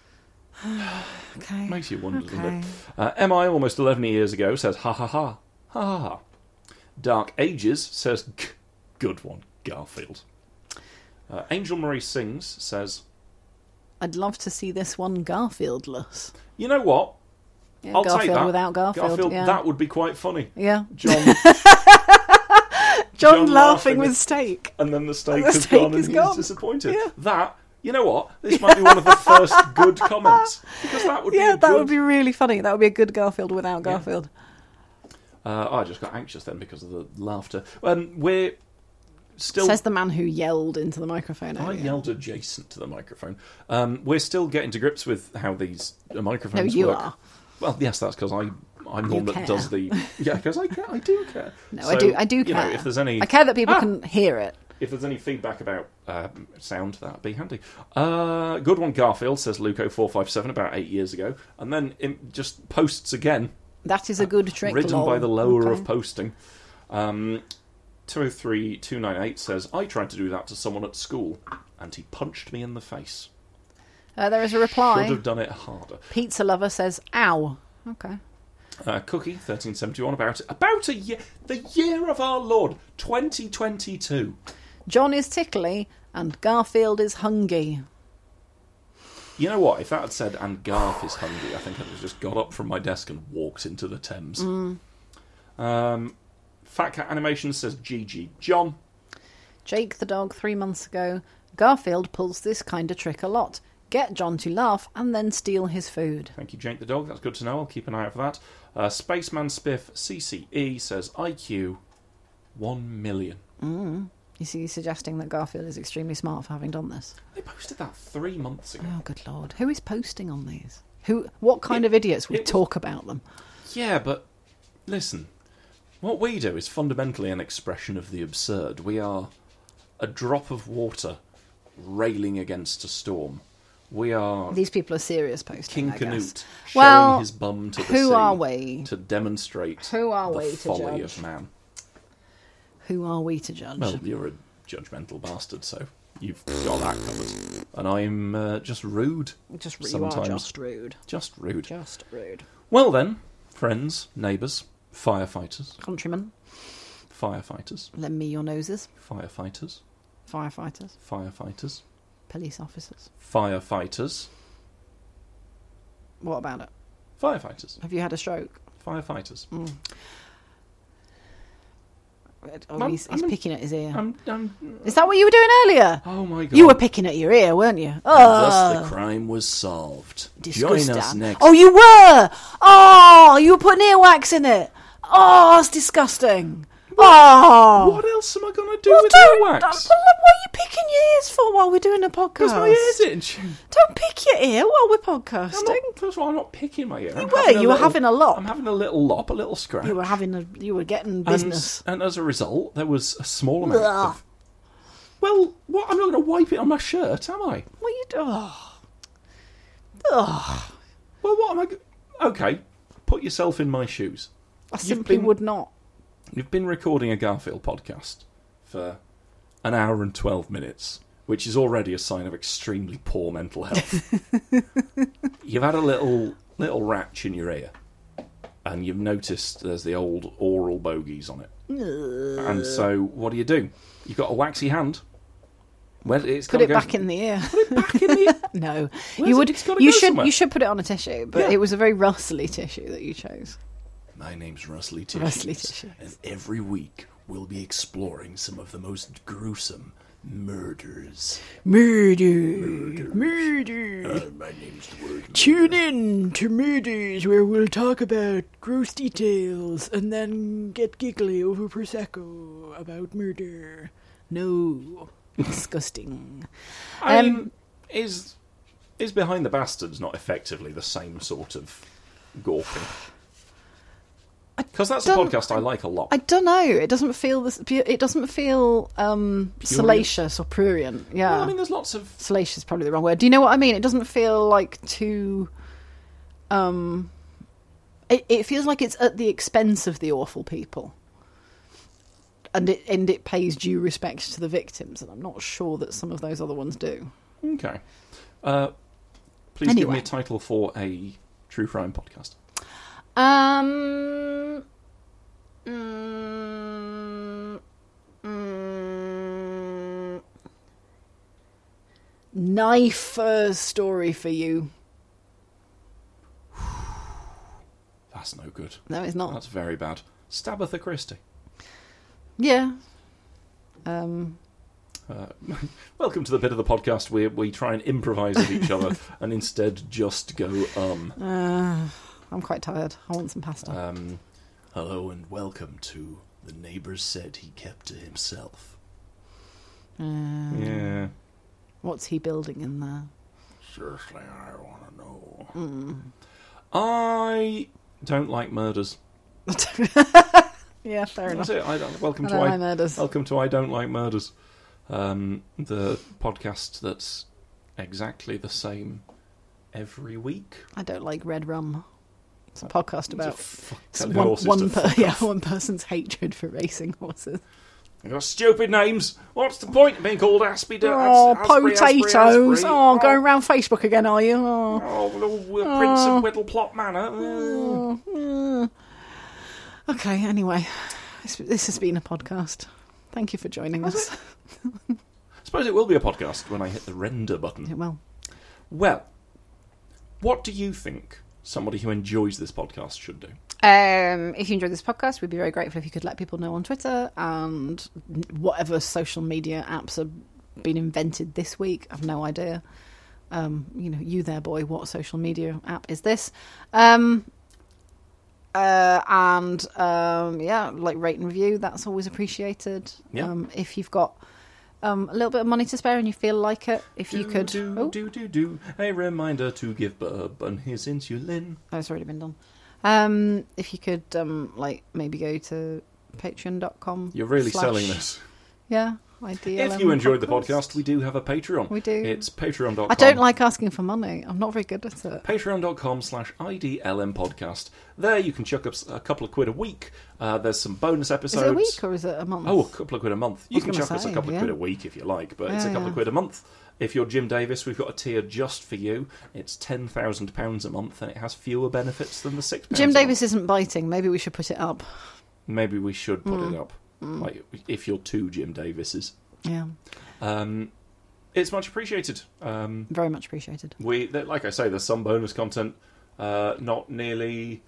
okay.
Makes you wonder, doesn't
Okay.
it? Uh, MI almost 11 years ago says, ha ha ha, ha ha ha. Dark Ages says, "G- good one, Garfield. Uh, Angel Marie Sings says,
I'd love to see this one Garfieldless.
you know what?
Yeah,
I'll
Garfield
take that.
without Garfield. yeah.
that would be quite funny.
yeah.
John,
John, laughing with steak.
and then the steak
the
has
steak
gone,
is
and
gone.
he's disappointed.
Yeah.
That you know what? This might be one of the first good comments because that would be
Yeah,
a
that
good...
would be really funny. That would be a good Garfield without Garfield.
Uh, I just got anxious then because of the laughter. Um, we're still.
Says the man who yelled into the microphone.
I
earlier.
yelled adjacent to the microphone. Um, we're still getting to grips with how these uh,
No,
microphones
you
work.
are.
Well, yes, that's because I I'm the one
care.
that does the yeah because I care, I do care.
No,
So,
I do. I do care.
You know, if there's any
I care that people
Ah!
can hear it.
if there's any feedback about um, sound, that'd be handy. Uh, good one, Garfield says Luco four five seven about eight years ago, and then it just posts again,
That is a good trick.
ridden
lol.
Ah, by the lower
Okay.
of posting. Um, two oh three two nine eight says I tried to do that to someone at school, and he punched me in the face.
Uh, there is a
Should
reply.
have done it harder.
Pizza lover says, "Ow." Okay.
Uh, Cookie thirteen seventy one about about a year, the year of our Lord twenty twenty two.
John is tickly and Garfield is hungry.
You know what? If that had said "and Garth is hungry," I think I'd have just got up from my desk and walked into the Thames. Um, Fat Cat Animation says "GG John."
Jake the dog three months ago. Garfield pulls this kind of trick a lot. Get John to laugh and then steal his food.
Thank you, Jake the dog. That's good to know. I'll keep an eye out for that. Uh, Spaceman Spiff CCE says IQ one million.
You see, he's suggesting that Garfield is extremely smart for having done this.
They posted that three months ago.
Oh, good lord! Who is posting on these? Who? What kind of idiots would
it was-
talk about them?
Yeah, but listen, what we do is fundamentally an expression of the absurd. We are a drop of water railing against a storm. We are
These people are serious
King
posting. I guess.
Canute showing
Well,
his bum to the
who
sea
are we?
to demonstrate
Who are
the
we to
folly
judge?
of man.
Who are we to judge?
Well, you're a judgmental bastard, so you've got that covered. And I'm uh, just rude.
just you are
sometimes
just rude.
Just rude.
Just rude.
Well then, friends, neighbours, firefighters,
Countrymen,
firefighters,
lend me your noses.
firefighters,
Firefighters,
firefighters.
police officers.
firefighters,
What about it?
firefighters,
Have you had a stroke?
firefighters.
Mm. Oh,
Mum,
he's
I'm
he's
in-
picking at his ear.
I'm, I'm,
Is that what you were doing earlier?
oh my god!
You were picking at your ear, weren't you?
Thus
Oh,
the crime was solved.
disgusting.
Join us next.
Oh, you were. Oh, you were putting earwax in it. Oh, it's disgusting. Oh,
What else am I going to do
Well,
with
don't-
earwax?
don't- well, what are you picking your ears for while we're doing a podcast?
Because my ear's in tune.
Don't pick your ear while we're
I'm
podcasting.
not, first of all, I'm not picking my ear. You
were, you were having a lop.
I'm having a little lop, a little scratch.
You were having a, you were getting
And-
business.
And, as a result, there was a small amount of. Well, what? I'm not going to wipe it on my shirt, am I?
What you do? Oh. Ugh.
Well, what am I? go- Okay, put yourself in my shoes.
I simply
been-
would not.
You've been recording a Garfield podcast for an hour and 12 minutes, which is already a sign of extremely poor mental health. you've had a little little ratch in your ear, and you've noticed there's the old oral bogies on it. and so, what do you do? You've got a waxy hand. Well, it's
Put
gotta
it
go-
back in the ear.
back in the-
no,
Where's
you
it?
would.
It's gotta
You
go
should.
somewhere.
You should put it on a tissue, but
Yeah.
it was a very rustly tissue that you chose.
My name's Rusty Tissues,
Rusty Tissues.
and every week we'll be exploring some of the most gruesome murders.
Murder. Murder.
Uh, my name's the word.
Tune in to Murders, where we'll talk about gross details and then get giggly over Prosecco about murder.
No, disgusting.
I
Um,
mean, is is behind the bastards not effectively the same sort of gawping? Because that's a
don't-
podcast I like a lot.
I don't know. It doesn't feel this. It doesn't feel um, salacious or prurient. Yeah,
Well, I mean, there's lots of
salacious is probably the wrong word. Do you know what I mean? It doesn't feel like too. Um, it, it feels like it's at the expense of the awful people, and it and it pays due respect to the victims, and I'm not sure that some of those other ones do.
okay. Uh, please give me
Anyway.
a title for a true crime podcast.
Um. Mm, mm,
Knife uh, story for you?
That's no good.
No, it's not.
That's very bad. Stabitha Christie.
Yeah, Um,
Welcome to the bit of the podcast where we try and improvise with each other and instead just go um.
uh, I'm quite tired. I want some pasta.
um
Hello and welcome to The Neighbors Said He Kept to Himself.
Um,
yeah.
What's he building in there?
Seriously, I want to know.
Mm. I don't like murders.
yeah, fair
That's
enough.
it. I don't, welcome
I
to
don't
I,
like murders.
welcome to I don't like murders. Um, the podcast that's exactly the same every week.
I don't like red rum. It's a podcast
It's a
about
fuck
it's
ton of
one,
horses to
one, per,
fuck
yeah,
off.
one person's hatred for racing horses.
They've got stupid names. What's the point of being called Aspie?
Oh, potatoes! Oh,
go
going round Facebook again, are you? Oh.
Oh, Lord, uh, Prince of Whittleplot Manor. Uh,
Mm. Okay, anyway, this, this has been a podcast. Thank you for joining us.
suppose it will be a podcast when I hit the render button.
Well,
Well, what do you think somebody who enjoys this podcast should do?
um, if you enjoyed this podcast, we'd be very grateful if you could let people know on Twitter and whatever social media apps have been invented this week. I've no idea. Um, you know, you there, boy, what social media app is this? Um, uh, and um, yeah, like rate and review. That's always appreciated.
Yeah.
Um, if you've got um, a little bit of money to spare and you feel like it, if you
Do,
could.
do
oh,
do do do. A reminder to give Bourbon his insulin.
oh, it's already been done. Um, if you could, um, like, maybe go to patreon.com.
You're really
slash-
selling this.
Yeah, ideal.
If you enjoyed the podcast, we do have a Patreon.
We do.
It's patreon.com.
I don't like asking for money. I'm not very good at it.
patreon.com slash idlm podcast there you can chuck up s- a couple of quid a week uh, there's some bonus
Is
episodes
it a week or is it a month?
oh a couple of quid a month you
was
can
gonna
chuck us a
say,
couple of
yeah.
quid a week if you like but it's a
Yeah,
couple of
yeah.
quid a month if you're jim davis we've got a tier just for you it's £10,000 a month and it has fewer benefits than the six pounds
Jim
a month.
Davis isn't biting. Maybe we should put it up.
maybe we should put
Mm.
it up like if you're two jim davises
Yeah,
um, it's much appreciated um,
very much appreciated.
we th- like I say, there's some bonus content, uh, not nearly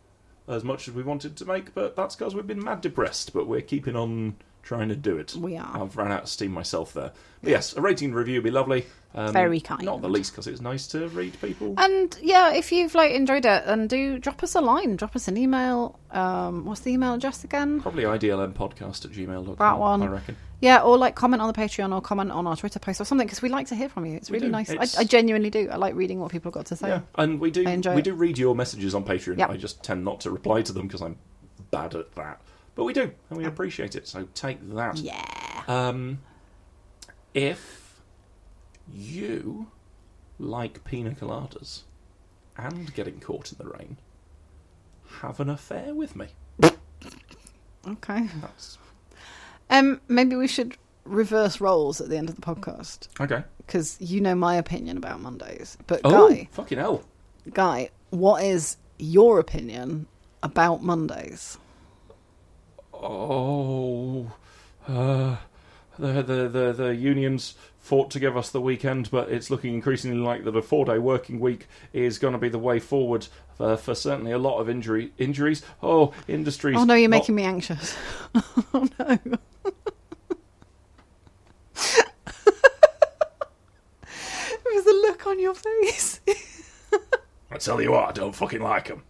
as much as we wanted to make, but that's because we've been mad depressed. But we're keeping on trying to do it.
We are.
I've ran out of steam myself there. But yes, a rating and review would be lovely. Um,
Very kind. Oh.
Not the least because it's nice to read people.
And yeah, if you've like enjoyed it, then do drop us a line, drop us an email. Um, what's the email address again?
Probably idlmpodcast at gmail.com.
That one.
I reckon.
Yeah, or like comment on the Patreon or comment on our Twitter post or something because we like to hear from you. It's
We
really
do.
nice.
It's-
I, I genuinely do. I like reading what people have got to say.
Yeah, and we do.
I enjoy
we
it.
do read your messages on Patreon.
Yep.
I just tend not to reply to them because I'm bad at that. But we do, and we appreciate it. So take that.
Yeah.
Um, if you like pina coladas and getting caught in the rain, have an affair with me.
Okay.
That's
Um, maybe we should reverse roles at the end of the podcast
okay.
because you know my opinion about Mondays, but
Oh,
Guy,
fucking hell!
Guy, what is your opinion about Mondays?
Oh, uh, the, the the the unions fought to give us the weekend, but it's looking increasingly like that a four-day working week is going to be the way forward for, for certainly a lot of injury injuries. Oh, industries.
Oh no, you're
not-
making me anxious. oh no. it was the look on your face.
I tell you what, I don't fucking like them.